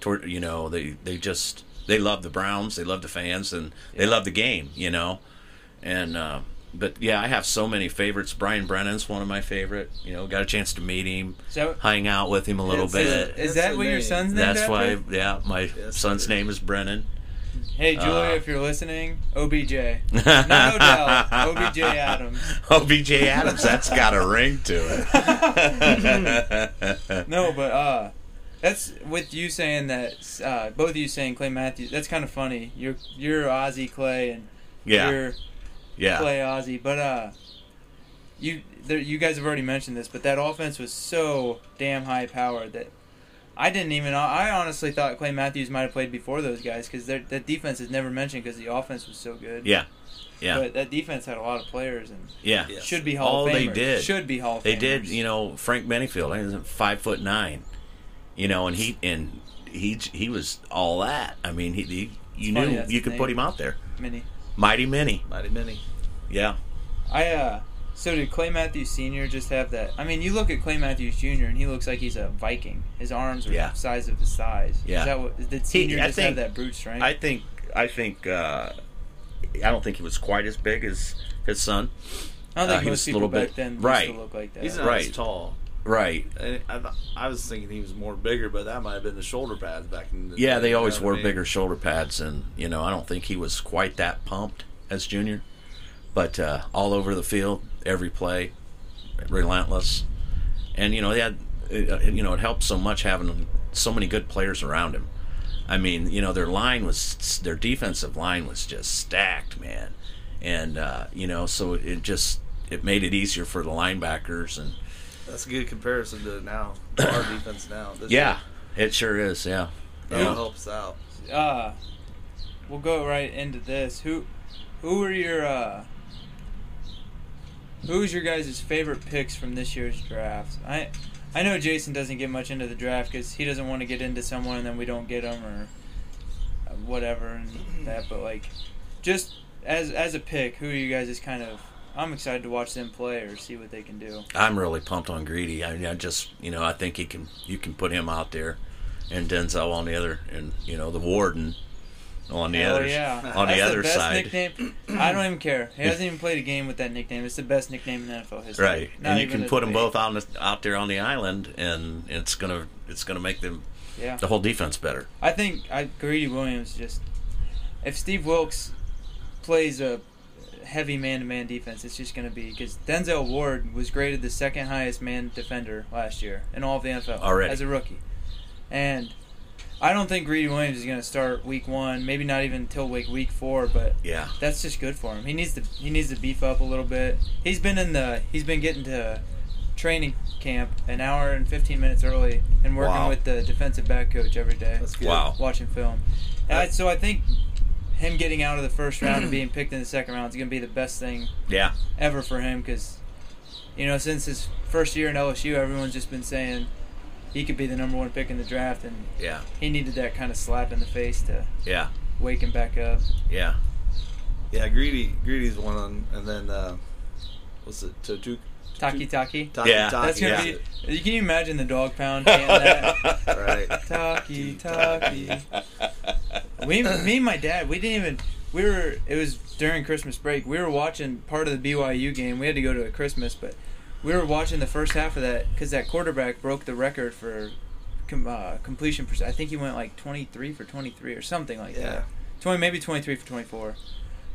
toward, you know, they they just they loved the Browns, they loved the fans, and they loved the game. You know, and uh, but yeah, I have so many favorites. Brian Brennan's one of my favorite. You know, got a chance to meet him,
So
hang out with him a little
Yes,
bit.
it-
is
That's
that
the
what your
name.
son's name?
That's why, yeah, my son's name is Brennan.
Hey Julia,
Uh,
if you're listening, OBJ.
(laughs)
Not Odell, OBJ Adams.
OBJ Adams, that's got a ring to
(laughs)
it. (laughs)
No, but uh, that's with you saying that uh, both of you saying Clay Matthews. That's kind of funny. You're you're Ozzy Clay and
Yeah.
your
Yeah.
play Ozzy. But uh, you there, you guys have already mentioned this, but that offense was so damn high powered that I didn't even. I honestly thought Clay Matthews might have played before those guys because that defense is never mentioned because the offense was so good.
Yeah. Yeah.
But that defense had a lot of players and
yeah.
Yeah.
should be Hall
All
of
they
Famers.
did.
Should be Hall of
They
Famers.
did, you know, Frank Benefield, he was five foot nine, you know, and he and he he was all that. I mean, he, he you
funny,
knew
that's
you
his
could
name.
put him out there.
Mini.
Mighty Mini,
Mighty many.
yeah,
I uh so did Clay Matthews Senior just have that? I mean, you look at Clay Matthews Junior and he looks like he's a Viking. His arms are
Yeah.
the size of his thighs.
Yeah.
Is that what did Senior
I
just
think-
have that brute strength?
I think I think uh, I don't think he was quite as big as his son.
I don't
uh,
think
he was
most
a
people
little
back
bit-
then
right.
used to look like that.
He's not
Right.
as tall.
Right.
I, I, th- I was thinking he was more bigger, but that might have been the shoulder pads back in the
Yeah,
day,
they
you know
always
what I
wore
mean?
bigger shoulder pads, and you know, I don't think he was quite that pumped as junior, but uh, all over the field, every play, relentless, and you know, they had, uh, you know, it helped so much having so many good players around him. I mean, you know, their line was, their defensive line was just stacked, man, and uh, you know, so it just it made it easier for the linebackers and
That's a good comparison to now.
(coughs)
Our defense now. This
yeah, it sure is, yeah.
That
Yeah.
helps out.
uh we'll go right into this. Who who are your uh who's your guys' favorite picks from this year's draft? I I know Jason doesn't get much into the draft cuz he doesn't want to get into someone and then we don't get him or uh, whatever and that but like just as as a pick, who are you guys is kind of I'm excited to watch them play or see what they can do.
I'm really pumped on Greedy. I, mean, I just, you know, I think he can. You can put him out there, and Denzel on the other, and you know, the Warden on the
Oh,
other,
yeah.
on the
That's
other
best
side,
Nickname. I don't even care. He hasn't even played a game with that nickname. It's the best nickname in NFL history.
right?
Not
and you
even
can
a
put them
debate.
both on the, out there on the island, and it's gonna, it's gonna make them
Yeah.
the whole defense better.
I think I, Greedy Williams just. If Steve Wilkes plays a heavy man-to-man defense, it's just going to be because Denzel Ward was graded the second highest man defender last year in all of the NFL
Already.
as a rookie, and I don't think Greedy Williams is going to start Week One, maybe not even till like Week Four, but
Yeah,
that's just good for him. He needs to he needs to beef up a little bit. He's been in the he's been getting to training camp an hour and 15 minutes early and working
Wow.
with the defensive back coach every day
That's good.
Wow.
watching film. And I, so I think him getting out of the first round and being picked in the second round is going to be the best thing
yeah,
ever for him because, you know, since his first year in LSU, everyone's just been saying he could be the number one pick in the draft, and
yeah,
he needed that kind of slap in the face to
yeah,
wake him back up.
yeah.
Yeah, greedy. Greedy's one, on, and then uh, what's it? Totu-
Taki Taki.
Taki
Yeah.
Taki.
That's gonna
yeah.
be. You can you imagine the dog pound saying
(laughs)
that? (laughs)
(laughs) Right.
Taki Taki. We, me and my dad, we didn't even. We were. It was during Christmas break. We were watching part of the BYU game. We had to go to a Christmas, but we were watching the first half of that because that quarterback broke the record for com, uh, completion percent. I think he went like twenty three for twenty three or something like
Yeah.
that. Twenty, maybe twenty three for twenty four.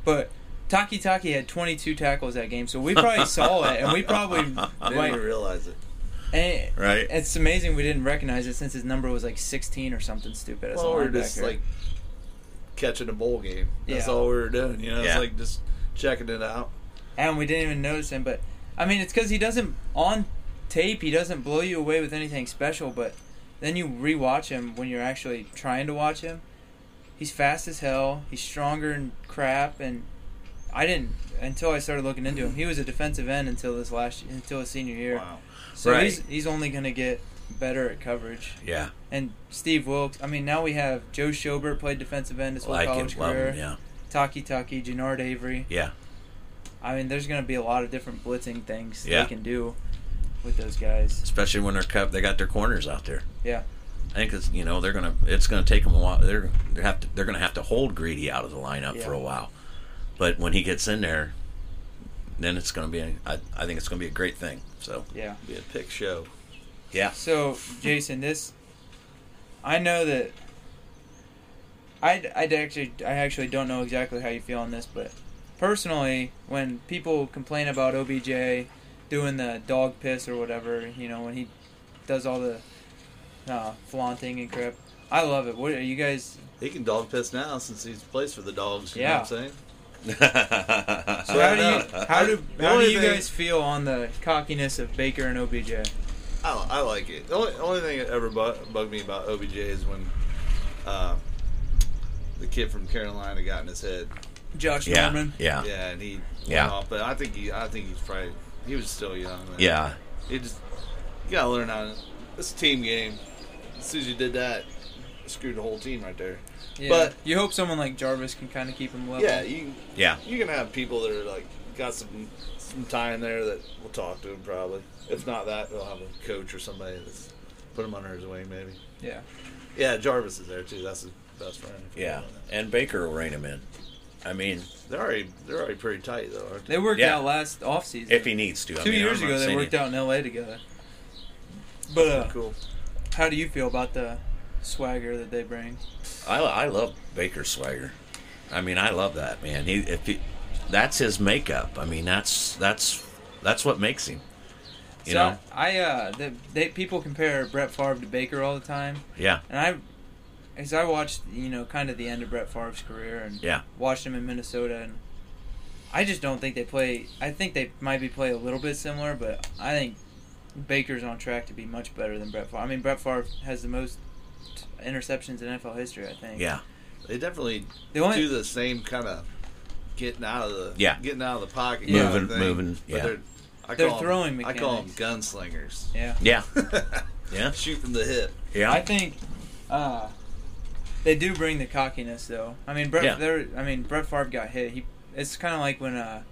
But Taki Taki had twenty two tackles that game, so we probably saw it, and we probably
Didn't even
like,
realize it.
and
Right.
it's amazing we didn't recognize it since his number was like 16 or something stupid. As
Well,
a
we we're just
linebacker.
like catching a bowl game. That's
Yeah.
all we were doing. You know,
Yeah.
it's like just checking it out.
and we didn't even notice him. But I mean, it's because he doesn't on tape. He doesn't blow you away with anything special. But then you rewatch him when you're actually trying to watch him. He's fast as hell. He's stronger and crap. And I didn't until I started looking into him. He was a defensive end until this last until his senior year.
Wow.
So
Right.
he's he's only gonna get better at coverage.
Yeah,
And Steve Wilkes. I mean, now we have Joe Schobert played defensive end his whole
like
college
him, love
career.
him. Yeah,
Taki Taki, Jannard Avery.
yeah,
I mean, there's going to be a lot of different blitzing things
Yeah.
they can do with those guys.
especially when they're cut, they got their corners out there.
Yeah.
I think it's you know they're gonna it's gonna take them a while. They're they have to they're gonna have to hold Greedy out of the lineup for a
Yeah.
while, but when he gets in there, then it's gonna be a, I, I think it's gonna be a great thing. So
Yeah.
Be a pick show.
(laughs) yeah,
So, Jason, this I know that I I actually I actually don't know exactly how you feel on this, but personally, when people complain about OBJ doing the dog piss or whatever, you know, when he does all the uh, flaunting and crap, I love it. What are you guys?
He can dog piss now since he's plays for the dogs. You
Yeah.
know what I'm saying?
So how do
I
you
know.
how do
The
how do
only
you
thing-
guys feel on the cockiness of Baker and OBJ?
I, I like it. The only, only thing that ever bu- bugged me about OBJ is when uh, the kid from Carolina got in his head.
Josh
yeah,
Norman.
yeah, yeah,
Yeah, and he went
Yeah.
off. But I think he, I think he's probably he was still young. Man.
yeah.
He just you gotta learn how to. It's a team game. As soon as you did that, screwed the whole team right there.
Yeah.
But-
you hope someone like Jarvis can kind of keep him level.
Yeah, you you can have people that are like got some some time there that will talk to him probably. If not that, they'll have a coach or somebody that's put him under his wing maybe.
Yeah.
Yeah, Jarvis is there too. That's his best friend.
Yeah. And Baker will rein him in. I mean,
they're already they're already pretty tight though, aren't they?
They worked
Yeah.
out last offseason.
if he needs to. I
2
mean,
years
I'm
ago
not
they
saying
worked
he-
out in LA together. But uh,
Cool.
how do you feel about the swagger that they bring?
I, I love Baker Swagger. I mean, I love that man. He if he, that's his makeup. I mean, that's that's that's what makes him. You
so
know?
I uh the, they people compare Brett Favre to Baker all the time.
Yeah,
And I, as I watched, you know, kind of the end of Brett Favre's career and
Yeah.
watched him in Minnesota, and I just don't think they play. I think they might be play a little bit similar, but I think Baker's on track to be much better than Brett Favre. I mean, Brett Favre has the most interceptions in NFL history. I think.
yeah,
They definitely
The only-
do the same kind of getting out of the
Yeah.
getting out of the pocket.
Yeah.
kind of
Moving-
thing.
moving,
But
yeah.
They're, I
They're
call 'em-
throwing
I call them gunslingers.
Yeah.
yeah,
(laughs)
yeah,
Shoot from the hip.
yeah.
I think uh, they do bring the cockiness, though. I mean, Brett.
Yeah.
There. I mean, Brett Favre got hit. He. It's kind of like when. Uh,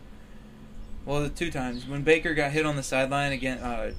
well, the two times when Baker got hit on the sideline again. Uh,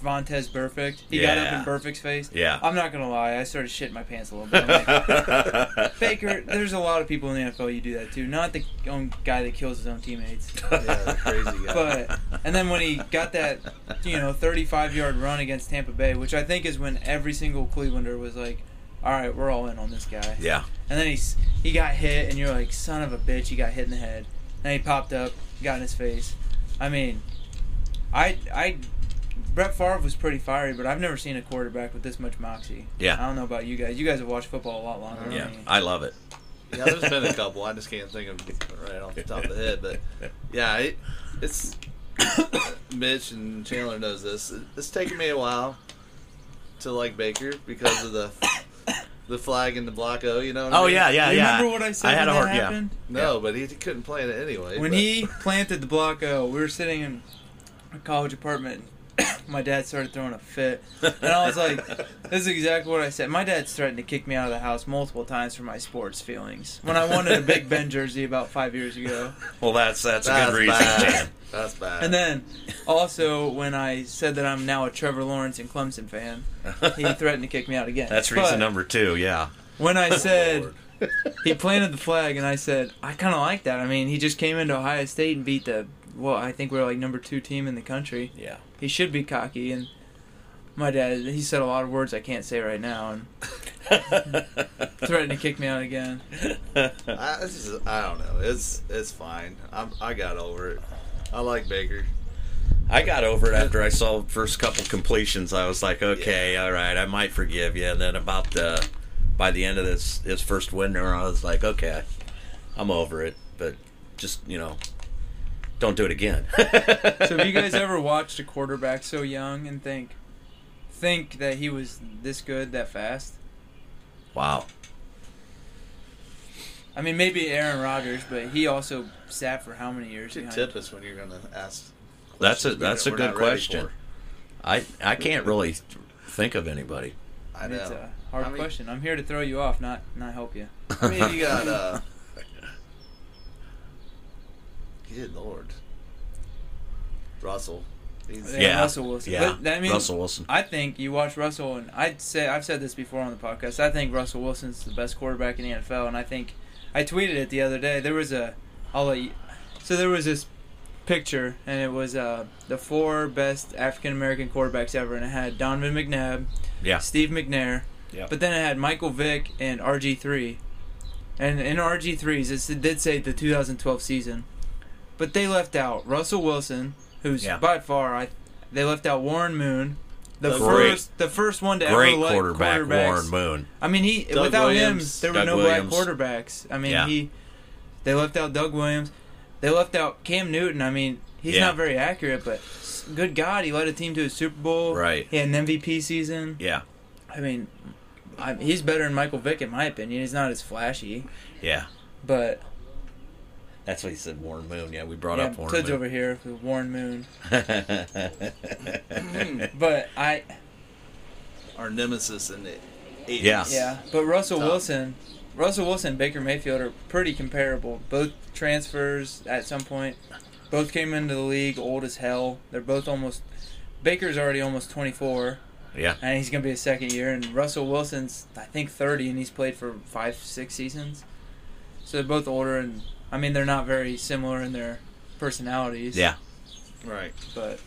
Vontez Perfect. He got up
Yeah.
in Perfect's face.
Yeah.
I'm not gonna lie. I started shitting my pants a
(laughs)
little bit. I'm like, Baker. There's a lot of people in the NFL you do that to. Not the own guy that kills his own teammates.
Yeah, the crazy guy.
But and then when he got that, you know, 35 yard run against Tampa Bay, which I think is when every single Clevelander was like, "All right, we're all in on this guy."
yeah,
And then he's he got hit, and you're like, "Son of a bitch!" He got hit in the head. And he popped up, got in his face. I mean, I I Brett Favre was pretty fiery, but I've never seen a quarterback with this much moxie.
Yeah.
I don't know about you guys. You guys have watched football a lot longer.
yeah.
Than me.
I love it.
yeah, there's been a couple. I just can't think of right off the top of the head. But yeah, it, it's (coughs) Mitch and Chandler knows this. It's taken me a while to like Baker because of the the flag and the block O. You know? What I
(laughs) Oh
mean?
yeah, yeah, yeah.
Remember what I said?
I
when
had a
that
hard yeah.
happened?
No, but he, couldn't play it anyway.
When
but-
he planted the block O, we were sitting in a college apartment. (coughs) My dad started throwing a fit, and I was
(laughs)
like, "This is exactly what I said." My dad's threatened to kick me out of the house multiple times for my sports feelings. When I wanted a
(laughs)
Big Ben jersey about five years ago,
Well, that's that's,
that's
a good reason.
bad.
Dan.
That's bad.
and then also when I said that I'm now a Trevor Lawrence and Clemson fan,
(laughs)
he threatened to kick me out again.
That's
But
reason number two. Yeah,
When I said (laughs) he planted the flag, and I said I kind of like that. I mean, he just came into Ohio State and beat the well, I think we we're like number two team in the country.
yeah.
he should be cocky and my dad he said a lot of words i can't say right now and threatened to kick me out again
I, it's just, I don't know. It's it's fine. I'm, I got over it. I like Baker.
(laughs) I got over it after I saw the first couple completions. I was like, okay, all right, I might forgive you. And then about the by the end of this his first win there, I was like, okay, I'm over it. But just you know, don't do it again.
so have you
(laughs)
guys ever watched a quarterback so young and think think that he was this good that fast
wow.
i mean maybe aaron rodgers but he also sat for how many years
You should
behind?
tip us when you're gonna ask.
That's
questions
a
we
that's a
don't- we're
good
not ready
question.
for.
I I can't really think of anybody.
I know.
it's a hard
I mean-
question i'm here to throw you off not not help you
I mean,
(laughs)
you
(laughs)
got uh. Good lord, Russell. He's,
Yeah,
Yeah.
Russell Wilson.
Yeah.
But, I mean,
Russell Wilson.
I think you watch Russell, and I'd say I've said this before on the podcast. I think Russell Wilson's the best quarterback in the NFL, and I think I tweeted it the other day. There was a, I'll let you, so there was this picture, and it was uh, the four best African American quarterbacks ever, and it had Donovan McNabb,
Yeah.
Steve McNair,
Yeah.
but then it had Michael Vick and RG three, and in RG threes it did say the 2012 season, but they left out Russell Wilson, who's
Yeah.
by far I, they left out Warren Moon, the
Doug
Great.
first the first one to
Great
ever elect
quarterback
quarterbacks.
Warren Moon.
I mean, he
Doug
without
Williams.
him there were no
Doug Williams.
black quarterbacks. I mean,
Yeah.
he They left out Doug Williams. They left out Cam Newton. I mean, he's
Yeah.
not very accurate, but s- good God, he led a team to a Super Bowl.
Right.
He had an MVP season.
Yeah.
I mean, I, he's better than Michael Vick in my opinion. He's not as flashy,
Yeah.
but
That's what he said, Warren Moon. Yeah, we brought
yeah,
up Warren
Tud's
Moon.
over here with Warren Moon. But I,
Our nemesis in the 80s.
Yeah.
yeah, but Russell
Tough.
Wilson, Russell Wilson, and Baker Mayfield are pretty comparable. Both transfers at some point. Both came into the league old as hell. They're both almost. Baker's already almost 24,
yeah.
and he's gonna be his second year. And Russell Wilson's, I think, 30, and he's played for five, six seasons. So they're both older, and I mean, they're not very similar in their personalities.
Yeah.
Right.
but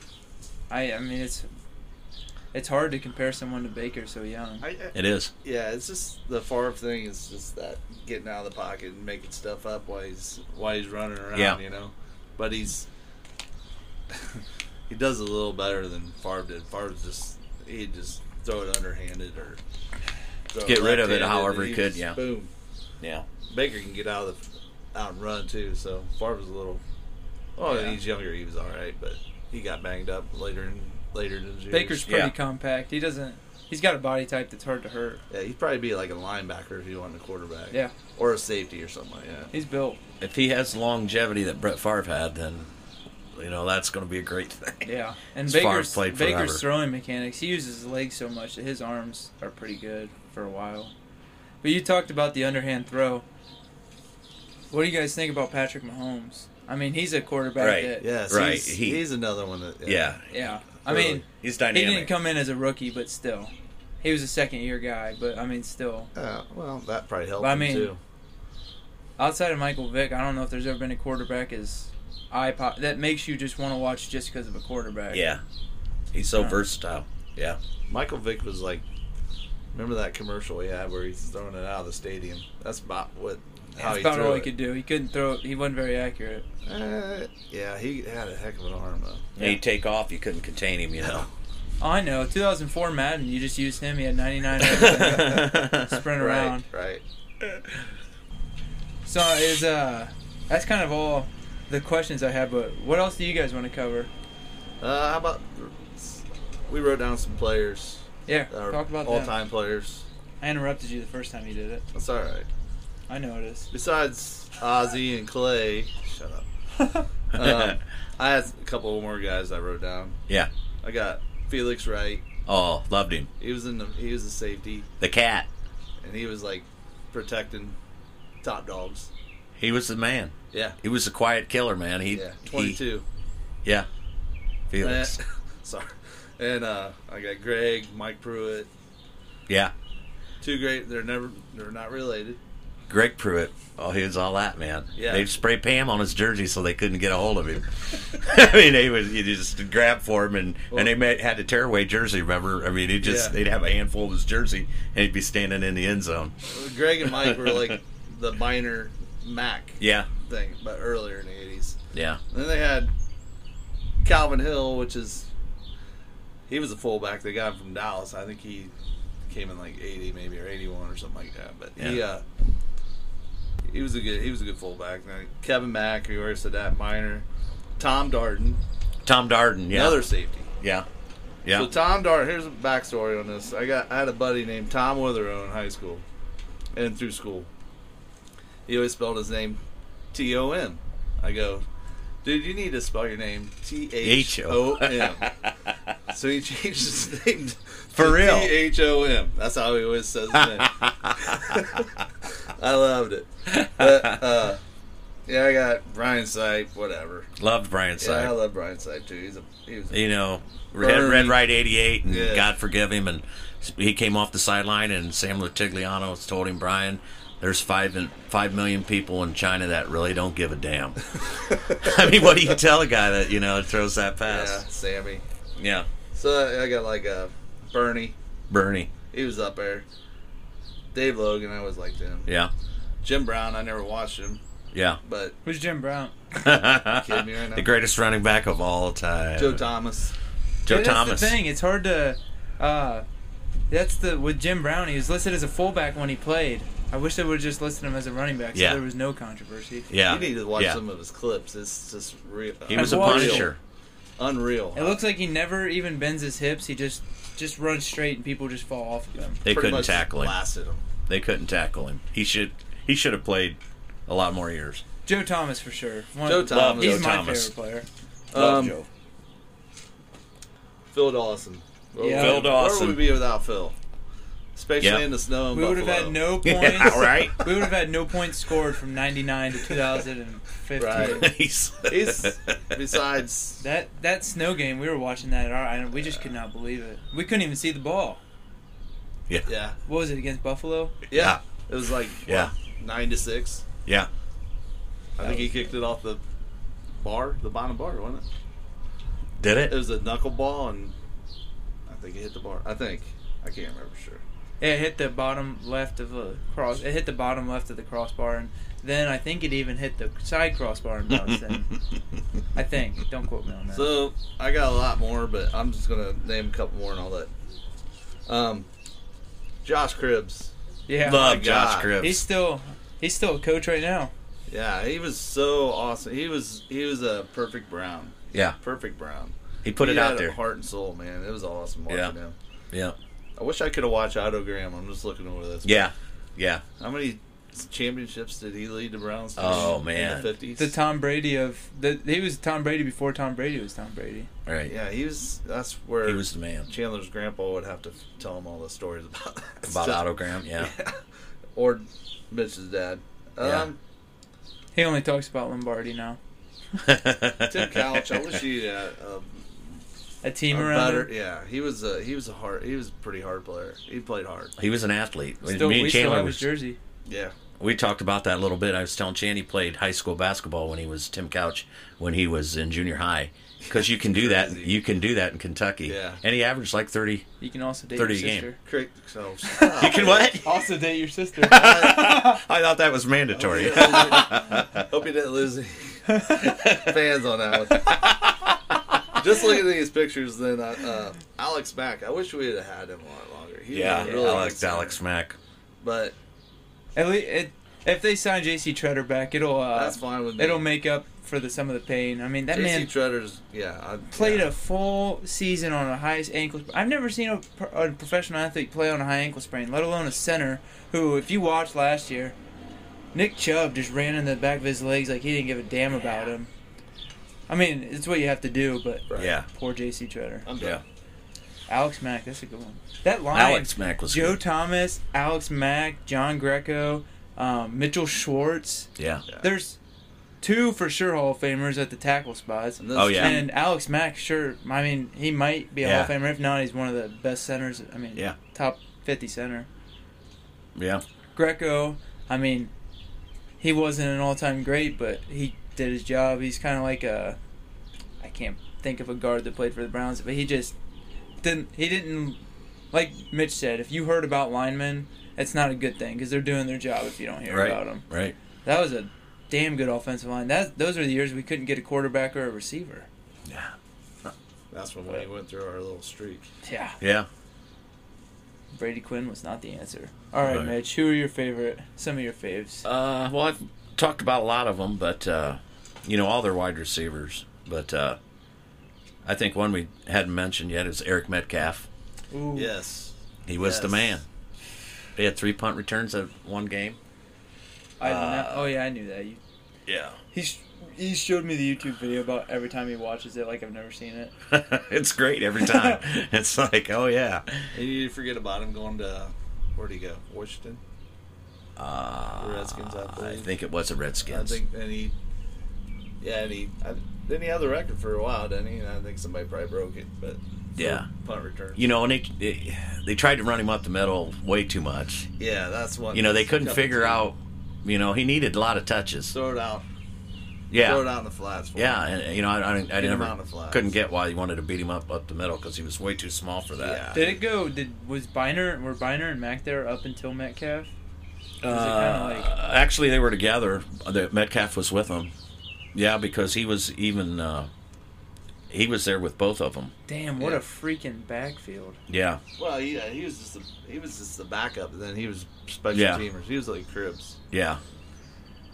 I I mean it's it's hard to compare someone to Baker so young.
I, I,
It is.
yeah, it's just the Favre thing is just that getting out of the pocket and making stuff up while he's while he's running around,
Yeah.
you know. But he's (laughs) he does a little better than Favre did. Favre just he'd just throw it underhanded or throw
Get rid of
left-handed
it
and
however he
he'd
could,
just
yeah.
Boom.
Yeah.
Baker can get out of the out and run too. So Favre was a little. Oh, when
Yeah.
he's younger. He was all right, but he got banged up later in later in his years.
Baker's pretty
Yeah.
compact. He doesn't he's got a body type that's hard to hurt.
yeah, he'd probably be like a linebacker if he wanted a quarterback.
Yeah.
or a safety or something like that.
He's built.
If he has the longevity that Brett Favre had, then you know that's going to be a great thing.
Yeah. And
As far
Baker's
as played forever.
Baker's throwing mechanics, he uses his legs so much that his arms are pretty good for a while. But you talked about the underhand throw. What do you guys think about Patrick Mahomes? I mean, he's a quarterback
Right.
that
Yes,
Right,
He's,
he-
he's another one that.
(laughs) Yeah.
yeah. I
Totally.
mean,
He's
he
dynamic.
didn't come in as a rookie, but still. He was a second year guy, but I mean still.
Uh, well, that probably helped
But I
him
mean-
too.
outside of Michael Vick, I don't know if there's ever been a quarterback as eye pop that makes you just want to watch just because of a quarterback.
Yeah. He's so
Yeah.
versatile. Yeah.
Michael Vick was like, remember that commercial he had where he's throwing it out of the stadium? That's about what. How
that's
he
about
threw
all
it.
he could do. He couldn't throw. it. He wasn't very accurate.
Uh, yeah, he had a heck of an arm though.
He'd take off. You couldn't contain him. You know.
I know. 2004 Madden, you just used him. He had
(laughs)
99 everything. (laughs)
(laughs)
sprint around.
Right.
So is uh, that's kind of all the questions I have. But what else do you guys want to cover?
Uh, how about we wrote down some players,
Yeah,
that are
talk about that.
all-time players.
I interrupted you the first time you did it.
That's all right.
I noticed.
Besides Ozzy and Clay, shut
(laughs)
up. Um, I had a couple more guys I wrote down.
yeah.
I got Felix Wright.
Oh, loved him.
He was in the he was a safety,
The cat.
and he was like protecting top dogs.
He was the man.
Yeah.
He was the quiet killer, man. He
Yeah.
he-
Twenty-two.
yeah. Felix.
Eh, (laughs) sorry. And uh, I got Greg, Mike Pruitt.
Yeah.
Two great. They're never. They're not related.
Greg Pruitt. Oh, he was all that man.
Yeah.
They spray Pam on his jersey so they couldn't get a hold of him. (laughs) I mean, they was you just grab for him and
Well-
and they made, had to tear away jersey. Remember? I mean, he just
Yeah.
they'd have a handful of his jersey and he'd be standing in the end zone.
Greg and Mike were
(laughs)
like the minor Mac
Yeah.
thing, but earlier in the eighties.
Yeah.
Then they had Calvin Hill, which is he was a fullback. They got him from Dallas. I think he came in like eighty, maybe or eighty-one or something like that. But he
Yeah.
uh, he was a good he was a good fullback. And then Kevin Mack, we already said that minor. Tom Darden,
Tom Darden. Yeah.
another safety.
Yeah. Yeah.
So Tom Dart, here's a backstory on this. I got I had a buddy named Tom Witherow in high school, and through school. He always spelled his name T O M. I go, dude, you need to spell your name T H O M.
(laughs)
So he changed his name to
For real?
T H O M. That's how he always says his name. (laughs) I loved it. But, uh, yeah, I got Brian Sipe, whatever.
Loved Brian
Yeah, I
Side.
love Brian Sipe too. He's a he was a
you know, Red,
Bernie.
Red Right 88, and
Yeah.
God forgive him. And he came off the sideline, and Sam Lutigliano told him, Brian, there's five and five million people in China that really don't give a damn. (laughs) I mean, what do you tell a guy that you know throws that
yeah,
pass?
Sammy.
Yeah,
So I got like uh, Bernie.
Bernie.
He was up there. Dave Logan, I always liked him.
Yeah,
Jim Brown, I never watched him,
yeah. (laughs)
but
Who's Jim Brown?
kidding me right now?
the greatest running back of all time,
Joe Thomas.
Joe
Yeah, That's
Thomas.
the thing. It's hard to. Uh, that's the with Jim Brown. He was listed as a fullback when he played, I wish they would have just listed him as a running back, so
Yeah.
there was no controversy.
Yeah.
You need to watch
yeah.
some of his clips. It's just real.
He was a
watched-
punisher.
Unreal.
It looks like he never even bends his hips. He just just runs straight, and people just fall off of him.
They
Pretty
couldn't
much
tackle him.
Blasted him.
They couldn't tackle him. He should he should have played a lot more years.
Joe Thomas for sure. One-
Joe Thomas.
He's
Joe
my
Thomas.
favorite player.
Love
Um,
Joe.
Phil Dawson. Where
Yeah.
would-
Phil Dawson.
Where would we be without Phil? Especially
Yeah.
in the snow. in
We would have
Buffalo.
had no points.
(laughs) Yeah, right.
We would have had no points scored from '99 to 2015.
Right.
He's, (laughs)
He's besides
That that snow game, we were watching that at our island. We just could not believe it. We couldn't even see the ball.
yeah
What was it against Buffalo?
yeah. It was like
Yeah.
what, nine to six.
yeah.
I think he kicked it off the bar, the bottom bar, wasn't it?
Did
It
it?
was a knuckleball, and I think it hit the bar. I think I can't remember for sure.
It hit the bottom left of the cross. It hit the bottom left of the crossbar, and then I think it even hit the side crossbar and bounced
(laughs)
in. I think. Don't quote me on that.
So I got a lot more, but I'm just gonna name a couple more and all that. Um, Josh Cribbs.
yeah,
Love
Oh my
Josh
God.
Cribbs.
he's still he's still a coach right now.
Yeah, he was so awesome. He was he was a perfect Brown,
yeah.
perfect Brown.
He put
He
it out
had a
there.
heart and soul, man. It was awesome watching
Yeah.
him.
yeah.
I wish I could have watched Otto Graham. I'm just looking over this.
Yeah. Yeah.
How many championships did he lead the Browns? to
Oh,
in
man.
the 50s.
The Tom Brady of the he was Tom Brady before Tom Brady was Tom Brady.
All right.
Yeah, he was. That's where
He was the man.
Chandler's grandpa would have to f- tell him all the stories about that
About
stuff.
autogram. Yeah.
or Mitch's dad. Um,
He only talks about Lombardi now.
(laughs)
Tim Couch. I wish he had a,
A
a,
team
a
around.
better.
him.
Yeah, he was a he was a hard. He was a pretty hard player. He played hard.
He was an athlete.
Still,
Me and
we still
Chandler
have his
was,
jersey.
Yeah,
we talked about that a little bit. I was telling Chan he played high school basketball when he was Tim Couch when he was in junior high because you can do
(laughs)
that.
Crazy.
You can do that in Kentucky.
Yeah.
And he averaged like thirty.
You can also date
30
your
a game.
sister.
Crick. So
(laughs) You can what?
Also date your
(laughs)
sister.
I thought that was
Oh, (laughs)
mandatory.
Hope you didn't lose any fans on that one.
(laughs)
Just looking at these pictures, then uh, uh, Alex Mack. I wish we had had him a lot longer. He was
(laughs) yeah.
a really
Alex.
good center.
Alex Mack.
But
At least it, if they sign J.C. Treader back, it'll uh,
that's fine with me.
it'll make up for the some of the pain. I mean, that
JC
man
Treader's yeah I,
played
yeah.
a full season on a high ankle. sp- I've never seen a, pro- a professional athlete play on a high ankle sprain, let alone a center who, if you watched last year, Nick Chubb just ran in the back of his legs like he didn't give a damn about him. I mean, it's what you have to do, but
Right.
Yeah.
poor J.C. Treader,
I'm
Yeah.
done.
Alex Mack, that's a good one. That line,
Alex Mack was
Joe
good.
Thomas, Alex Mack, John Greco, um, Mitchell Schwartz.
Yeah.
There's two for sure Hall of Famers at the tackle spots.
And those
Oh, yeah.
And Alex Mack, sure. I mean, he might be a Hall of
Yeah.
Famer. If not, he's one of the best centers. I mean,
Yeah.
top 50 center.
Yeah.
Greco, I mean, he wasn't an all time great, but he did his job. He's kind of like a. I can't think of a guard that played for the Browns, but he just didn't. He didn't. Like Mitch said, if you heard about linemen, it's not a good thing because they're doing their job if you don't hear
Right.
about them.
Right.
That was a damn good offensive line. That those are the years we couldn't get a quarterback or a receiver.
Yeah.
That's when we went through our little streak.
Yeah,
Yeah.
Brady Quinn was not the answer. All right,
Right.
Mitch, who are your favorite? Some of your faves.
Uh, well, I've talked about a lot of them, but uh, you know all their wide receivers. But uh, I think one we hadn't mentioned yet is Eric Metcalf.
Ooh.
Yes.
He was the
Yes.
man. He had three punt returns at one game.
I did not, oh yeah, I knew that. You,
Yeah,
he sh- he showed me the YouTube video about every time he watches it, like I've never seen it.
(laughs) it's great every (laughs) time. it's like, oh yeah,
And you forget about him going to where'd he go? Washington.
uh,
The Redskins, I
I
believe.
think it was the
I
Redskins.
think and he. Yeah, and he I, didn't he have the record for a while, didn't he? And I think somebody probably broke it, but
yeah,
punt return.
you know, and they, they they tried to run him up the middle way too much.
yeah, that's one.
You know, they couldn't
Couple
figure
two.
out. You know, he needed a lot of touches.
Throw it out. Throw it
Yeah,
out in the flats. For
yeah,
him.
and you know, I, I, I
him
never
on the fly.
couldn't get why he wanted to beat him up up the middle because he was way too small for that.
Did it go? Did was Biner were Biner and Mac there up until Metcalf?
Uh,
Was it kinda like-
actually, they were together. The Metcalf was with him. Yeah, because he was even uh, He was there with both of them.
Damn, what
Yeah.
a freaking backfield.
Yeah,
Well, yeah, he was just the, he was just the backup, and then he was special
Yeah.
teamers. He was like Cribs.
yeah.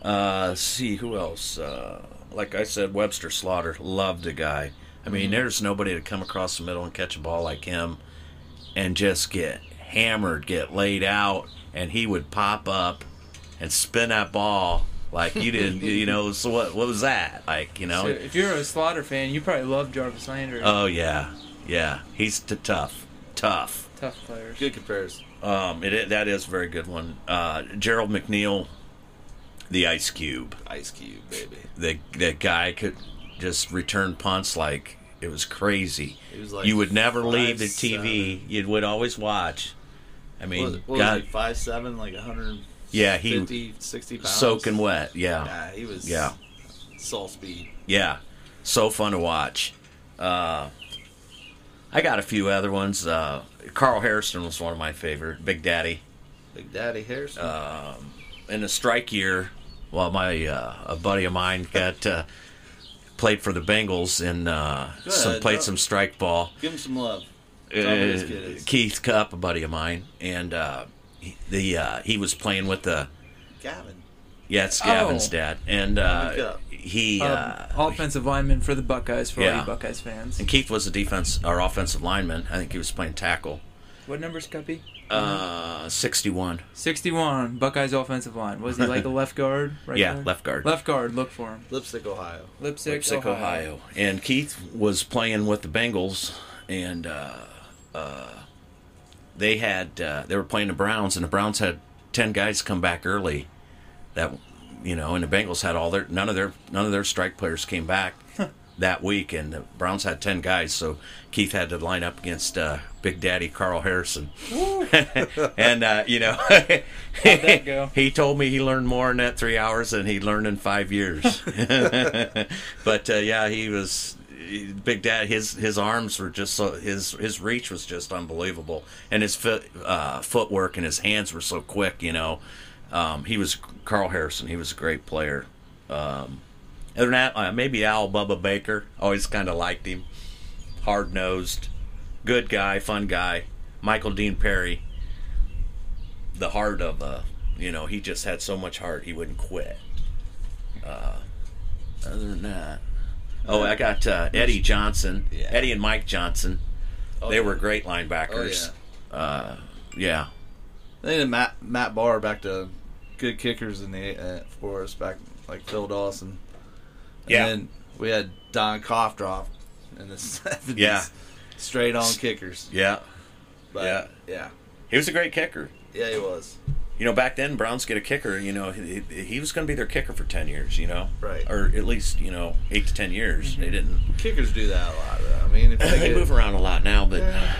Uh, let's see who else? Uh, like I said, Webster Slaughter loved the guy. I mean, there's nobody to come across the middle and catch a ball like him, and just get hammered, get laid out, and he would pop up and spin that ball like you didn't. you know, so what? What was that? Like you know?
So if you're a Slaughter fan, you probably love Jarvis Landry.
Oh yeah, yeah. He's t- tough, tough.
Tough players.
Good comparison.
Um, it, i- that is a very good one. Uh, Gerald McNeil, the Ice Cube.
Ice Cube, baby.
The that guy could just return punts like it was crazy.
He was like
you would never
five,
leave the TV. You would always watch. I
What was,
mean,
what
God,
was he? Five seven, like 150,
yeah, he
60 pounds.
soaking wet. Yeah,
Yeah, he was.
Yeah.
Soul speed.
yeah, so fun to watch. Uh, I got a few other ones. Uh, Carl Harrison was one of my favorite. Big Daddy.
Big Daddy Harrison.
Uh, in the strike year, well, my uh, a buddy of mine got uh, played for the Bengals and uh,
Good.
some played some strike ball.
Give him some love. Tell me this kid
Uh,
is.
Keith Cup, a buddy of mine, and uh, he- the uh, he was playing with the
Gavin.
yeah, it's Gavin's
Oh.
dad, and
Keith
uh,
Cup.
he uh,
um, offensive lineman for the Buckeyes, for all
Yeah.
you Buckeyes fans.
(laughs) and Keith was a defense or offensive lineman. I think he was playing tackle.
What number's Cuppy? Mm-hmm.
Uh, sixty-one.
61, Buckeyes offensive line. Was he
(laughs)
like a left guard? Right
Yeah,
guard?
left guard.
Left guard, look for him.
Lipstick, Ohio.
Lipsick,
Lipsick,
Ohio.
Ohio. And Keith was playing with the Bengals, and uh, uh, they had uh, they were playing the Browns, and the Browns had ten guys come back early. That you know, and the Bengals had all their none of their none of their strike players came back that week, and the Browns had ten guys, so Keith had to line up against uh, Big Daddy Carl Harrison, (laughs) and uh, you know. (laughs)
that go?
He told me he learned more in that three hours than he learned in five years. but uh, yeah, he was he- Big Dad. His his arms were just so his his reach was just unbelievable, and his foot uh, footwork and his hands were so quick. You know, um, he was Carl Harrison. He was a great player. Um, other than that, uh, maybe Al Bubba Baker. Always kind of liked him. Hard nosed, good guy, fun guy. Michael Dean Perry the heart of uh you know he just had so much heart he wouldn't quit uh other than that oh i got uh, eddie johnson
Yeah.
eddie and mike johnson they were great linebackers
Oh,
uh yeah
They did Matt Matt Barr back to good kickers in the uh, for us back like Phil Dawson. And
Yeah.
Then we had Don Kofdroff in the (laughs) seventies.
Yeah.
Straight on kickers.
yeah
But, yeah.
he was a great kicker
Yeah. he was.
you know back then browns get a kicker you know he, he was going to be their kicker for 10 years you know
Right. Mm-hmm.
or at least you know 8 to 10 years they didn't
Kickers do that a lot. Though. I mean, if they, (laughs)
they
get-
move around a lot now but yeah,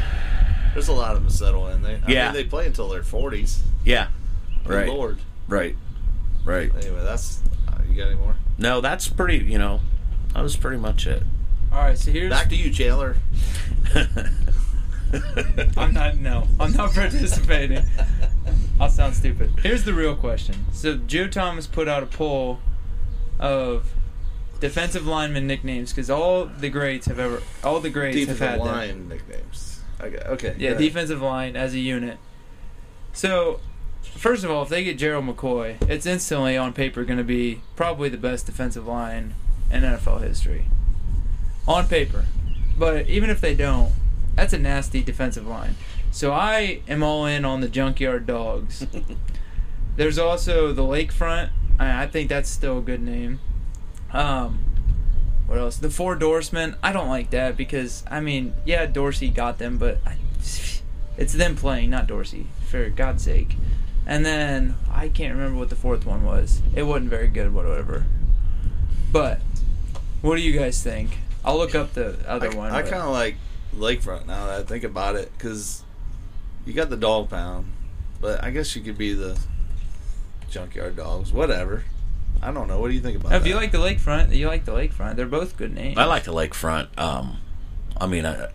there's a lot of them settle in. They, I
Yeah.
mean, they play until their forties.
right
Lord.
right right
Anyway, that's uh, you got any more?
no that's pretty you know that was pretty much it (laughs)
All right, so here's.
Back to you,
(laughs)
Chandler.
I'm not, no, I'm
(laughs)
not participating. I'll sound stupid. Here's the real question. So Joe Thomas put out a poll of defensive lineman nicknames because all the greats have ever, all the greats have
Defensive
had them.
line nicknames. Okay. Okay.
Yeah,
go ahead.
defensive line as a unit. So, first of all, if they get Gerald McCoy, it's instantly on paper going to be probably the best defensive line in NFL history. On paper. But even if they don't, that's a nasty defensive line. So I am all in on the Junkyard Dogs. There's also the Lakefront. I I think that's still a good name. Um, what else? The four Dorsemen. I don't like that because I mean, yeah, Dorsey got them, but I, it's them playing, not Dorsey. For God's sake. And then I can't remember what the fourth one was. It wasn't very good, whatever. But what do you guys think? I'll look up the other
I,
one.
I
but-
kind of like Lakefront now that I think about it because you got the dog pound, but I guess you could be the junkyard dogs, whatever. I don't know. What do you think about
Now,
that?
Oh, if you like the lakefront, you like the lakefront. They're both good names.
I like the lakefront. Um, I mean, I,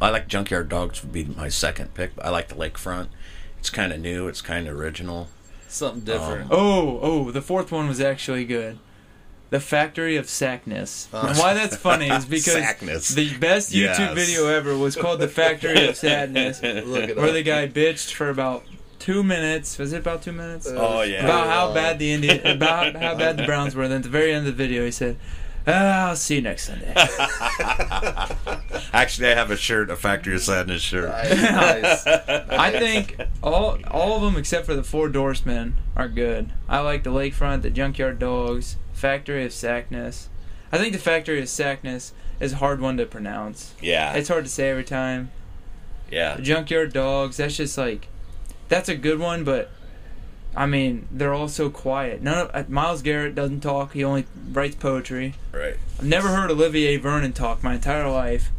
I like Junkyard Dogs would be my second pick. But I like the lakefront. It's kind of new. It's kind of original.
something different.
Oh, oh, the fourth one was actually good. The Factory of Sackness. and why that's funny
(laughs)
is because
Oh. Sackness.
the best YouTube
Yes.
video ever was called The Factory
(laughs)
of Sadness,
(laughs) Look at
where the guy bitched for about two minutes. Was it about two minutes?
Uh,
Oh, yeah.
about how bad the Indian, about how bad the Browns were. Then at the very end of the video, he said, "Ah, "I'll see you next Sunday."
(laughs) Actually, I have a shirt, a Factory of Sadness shirt.
(laughs)
Nice.
I think all all of them except for the four Dorsemen are good. I like the Lakefront, the Junkyard Dogs, Factory of Sackness. I think the Factory of Sackness is a hard one to pronounce.
(laughs) Yeah.
It's hard to say every time.
yeah.
The Junkyard Dogs, that's just like that's a good one, but I mean, they're all so quiet. None of, uh, Miles Garrett doesn't talk. He only writes poetry.
Right.
I've never heard Olivier Vernon talk my entire life.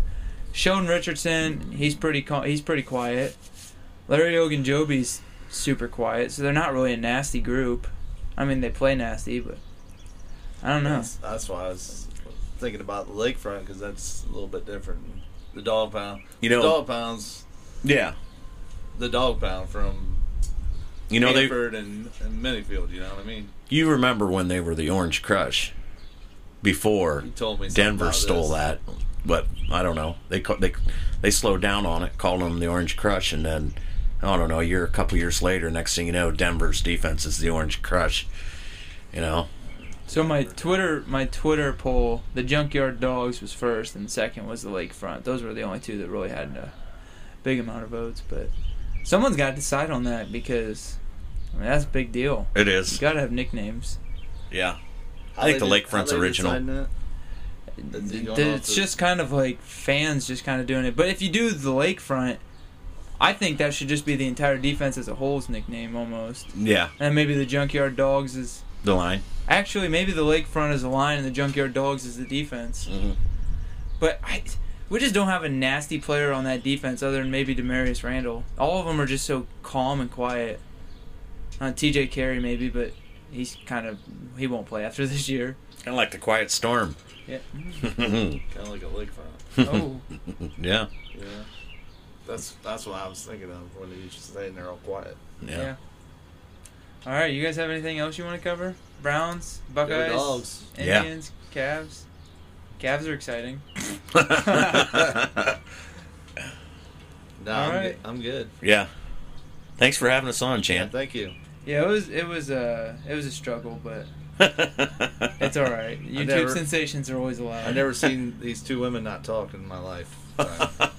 Sheldon Richardson, he's pretty cal- he's pretty quiet. Larry Ogunjobi's super quiet, so they're not really a nasty group. I mean, they play nasty, but I don't know.
That's, that's why I was thinking about the lakefront because that's a little bit different. The dog pound.
You know-
the dog pounds.
Yeah.
The dog pound from
You know, they.
Hanford and, and Minifield. You know what I mean?
You remember when they were the Orange Crush? Before
You told me something
Denver
about
stole
this.
that, but I don't know. They ca- they they slowed down on it, called them the Orange Crush, and then I don't know. A year, a couple years later, next thing you know, Denver's defense is the Orange Crush. You know,
So my Twitter my Twitter poll, the Junkyard Dogs was first, and second was the Lakefront. Those were the only two that really had a big amount of votes, but someone's got to decide on that because I mean that's a big deal.
it
You
is.
got to have nicknames.
Yeah,
How
I think
they
the
did- how
Lakefront's
they
original.
decided that? That's it going off
it's
of-
just kind of like fans just kind of doing it. But if you do the lakefront, I think that should just be the entire defense as a whole's nickname almost.
yeah.
And maybe the Junkyard Dogs is
The line.
actually maybe the lakefront is a line and the Junkyard Dogs is the defense.
Mm-hmm.
Mhm.
But I, we just don't have a nasty player on that defense other than maybe Demarius Randall. All of them are just so calm and quiet. Uh, T.J. Carey maybe, but he's kind of he won't play after (laughs) this
(laughs)
year.
Kind of like the Quiet Storm. (laughs)
Yeah.
kind of like a lakefront.
Oh.
yeah.
Yeah, that's that's what I was thinking of when you just saying they're all quiet.
Yeah.
Yeah. All right, you guys have anything else you want to cover? Browns,
Go
Buckeyes,
dogs.
Yeah.
Indians, Cavs. Cavs are exciting.
No,
All
I'm,
right.
good. I'm good.
(laughs) yeah. Thanks for having us on,
Yeah,
Chan.
thank you.
Yeah, it was it was uh it was a struggle, but it's all
(laughs)
right. YouTube
never-
sensations are always allowed.
I've never seen these two women not talk in my life. (laughs)
(laughs)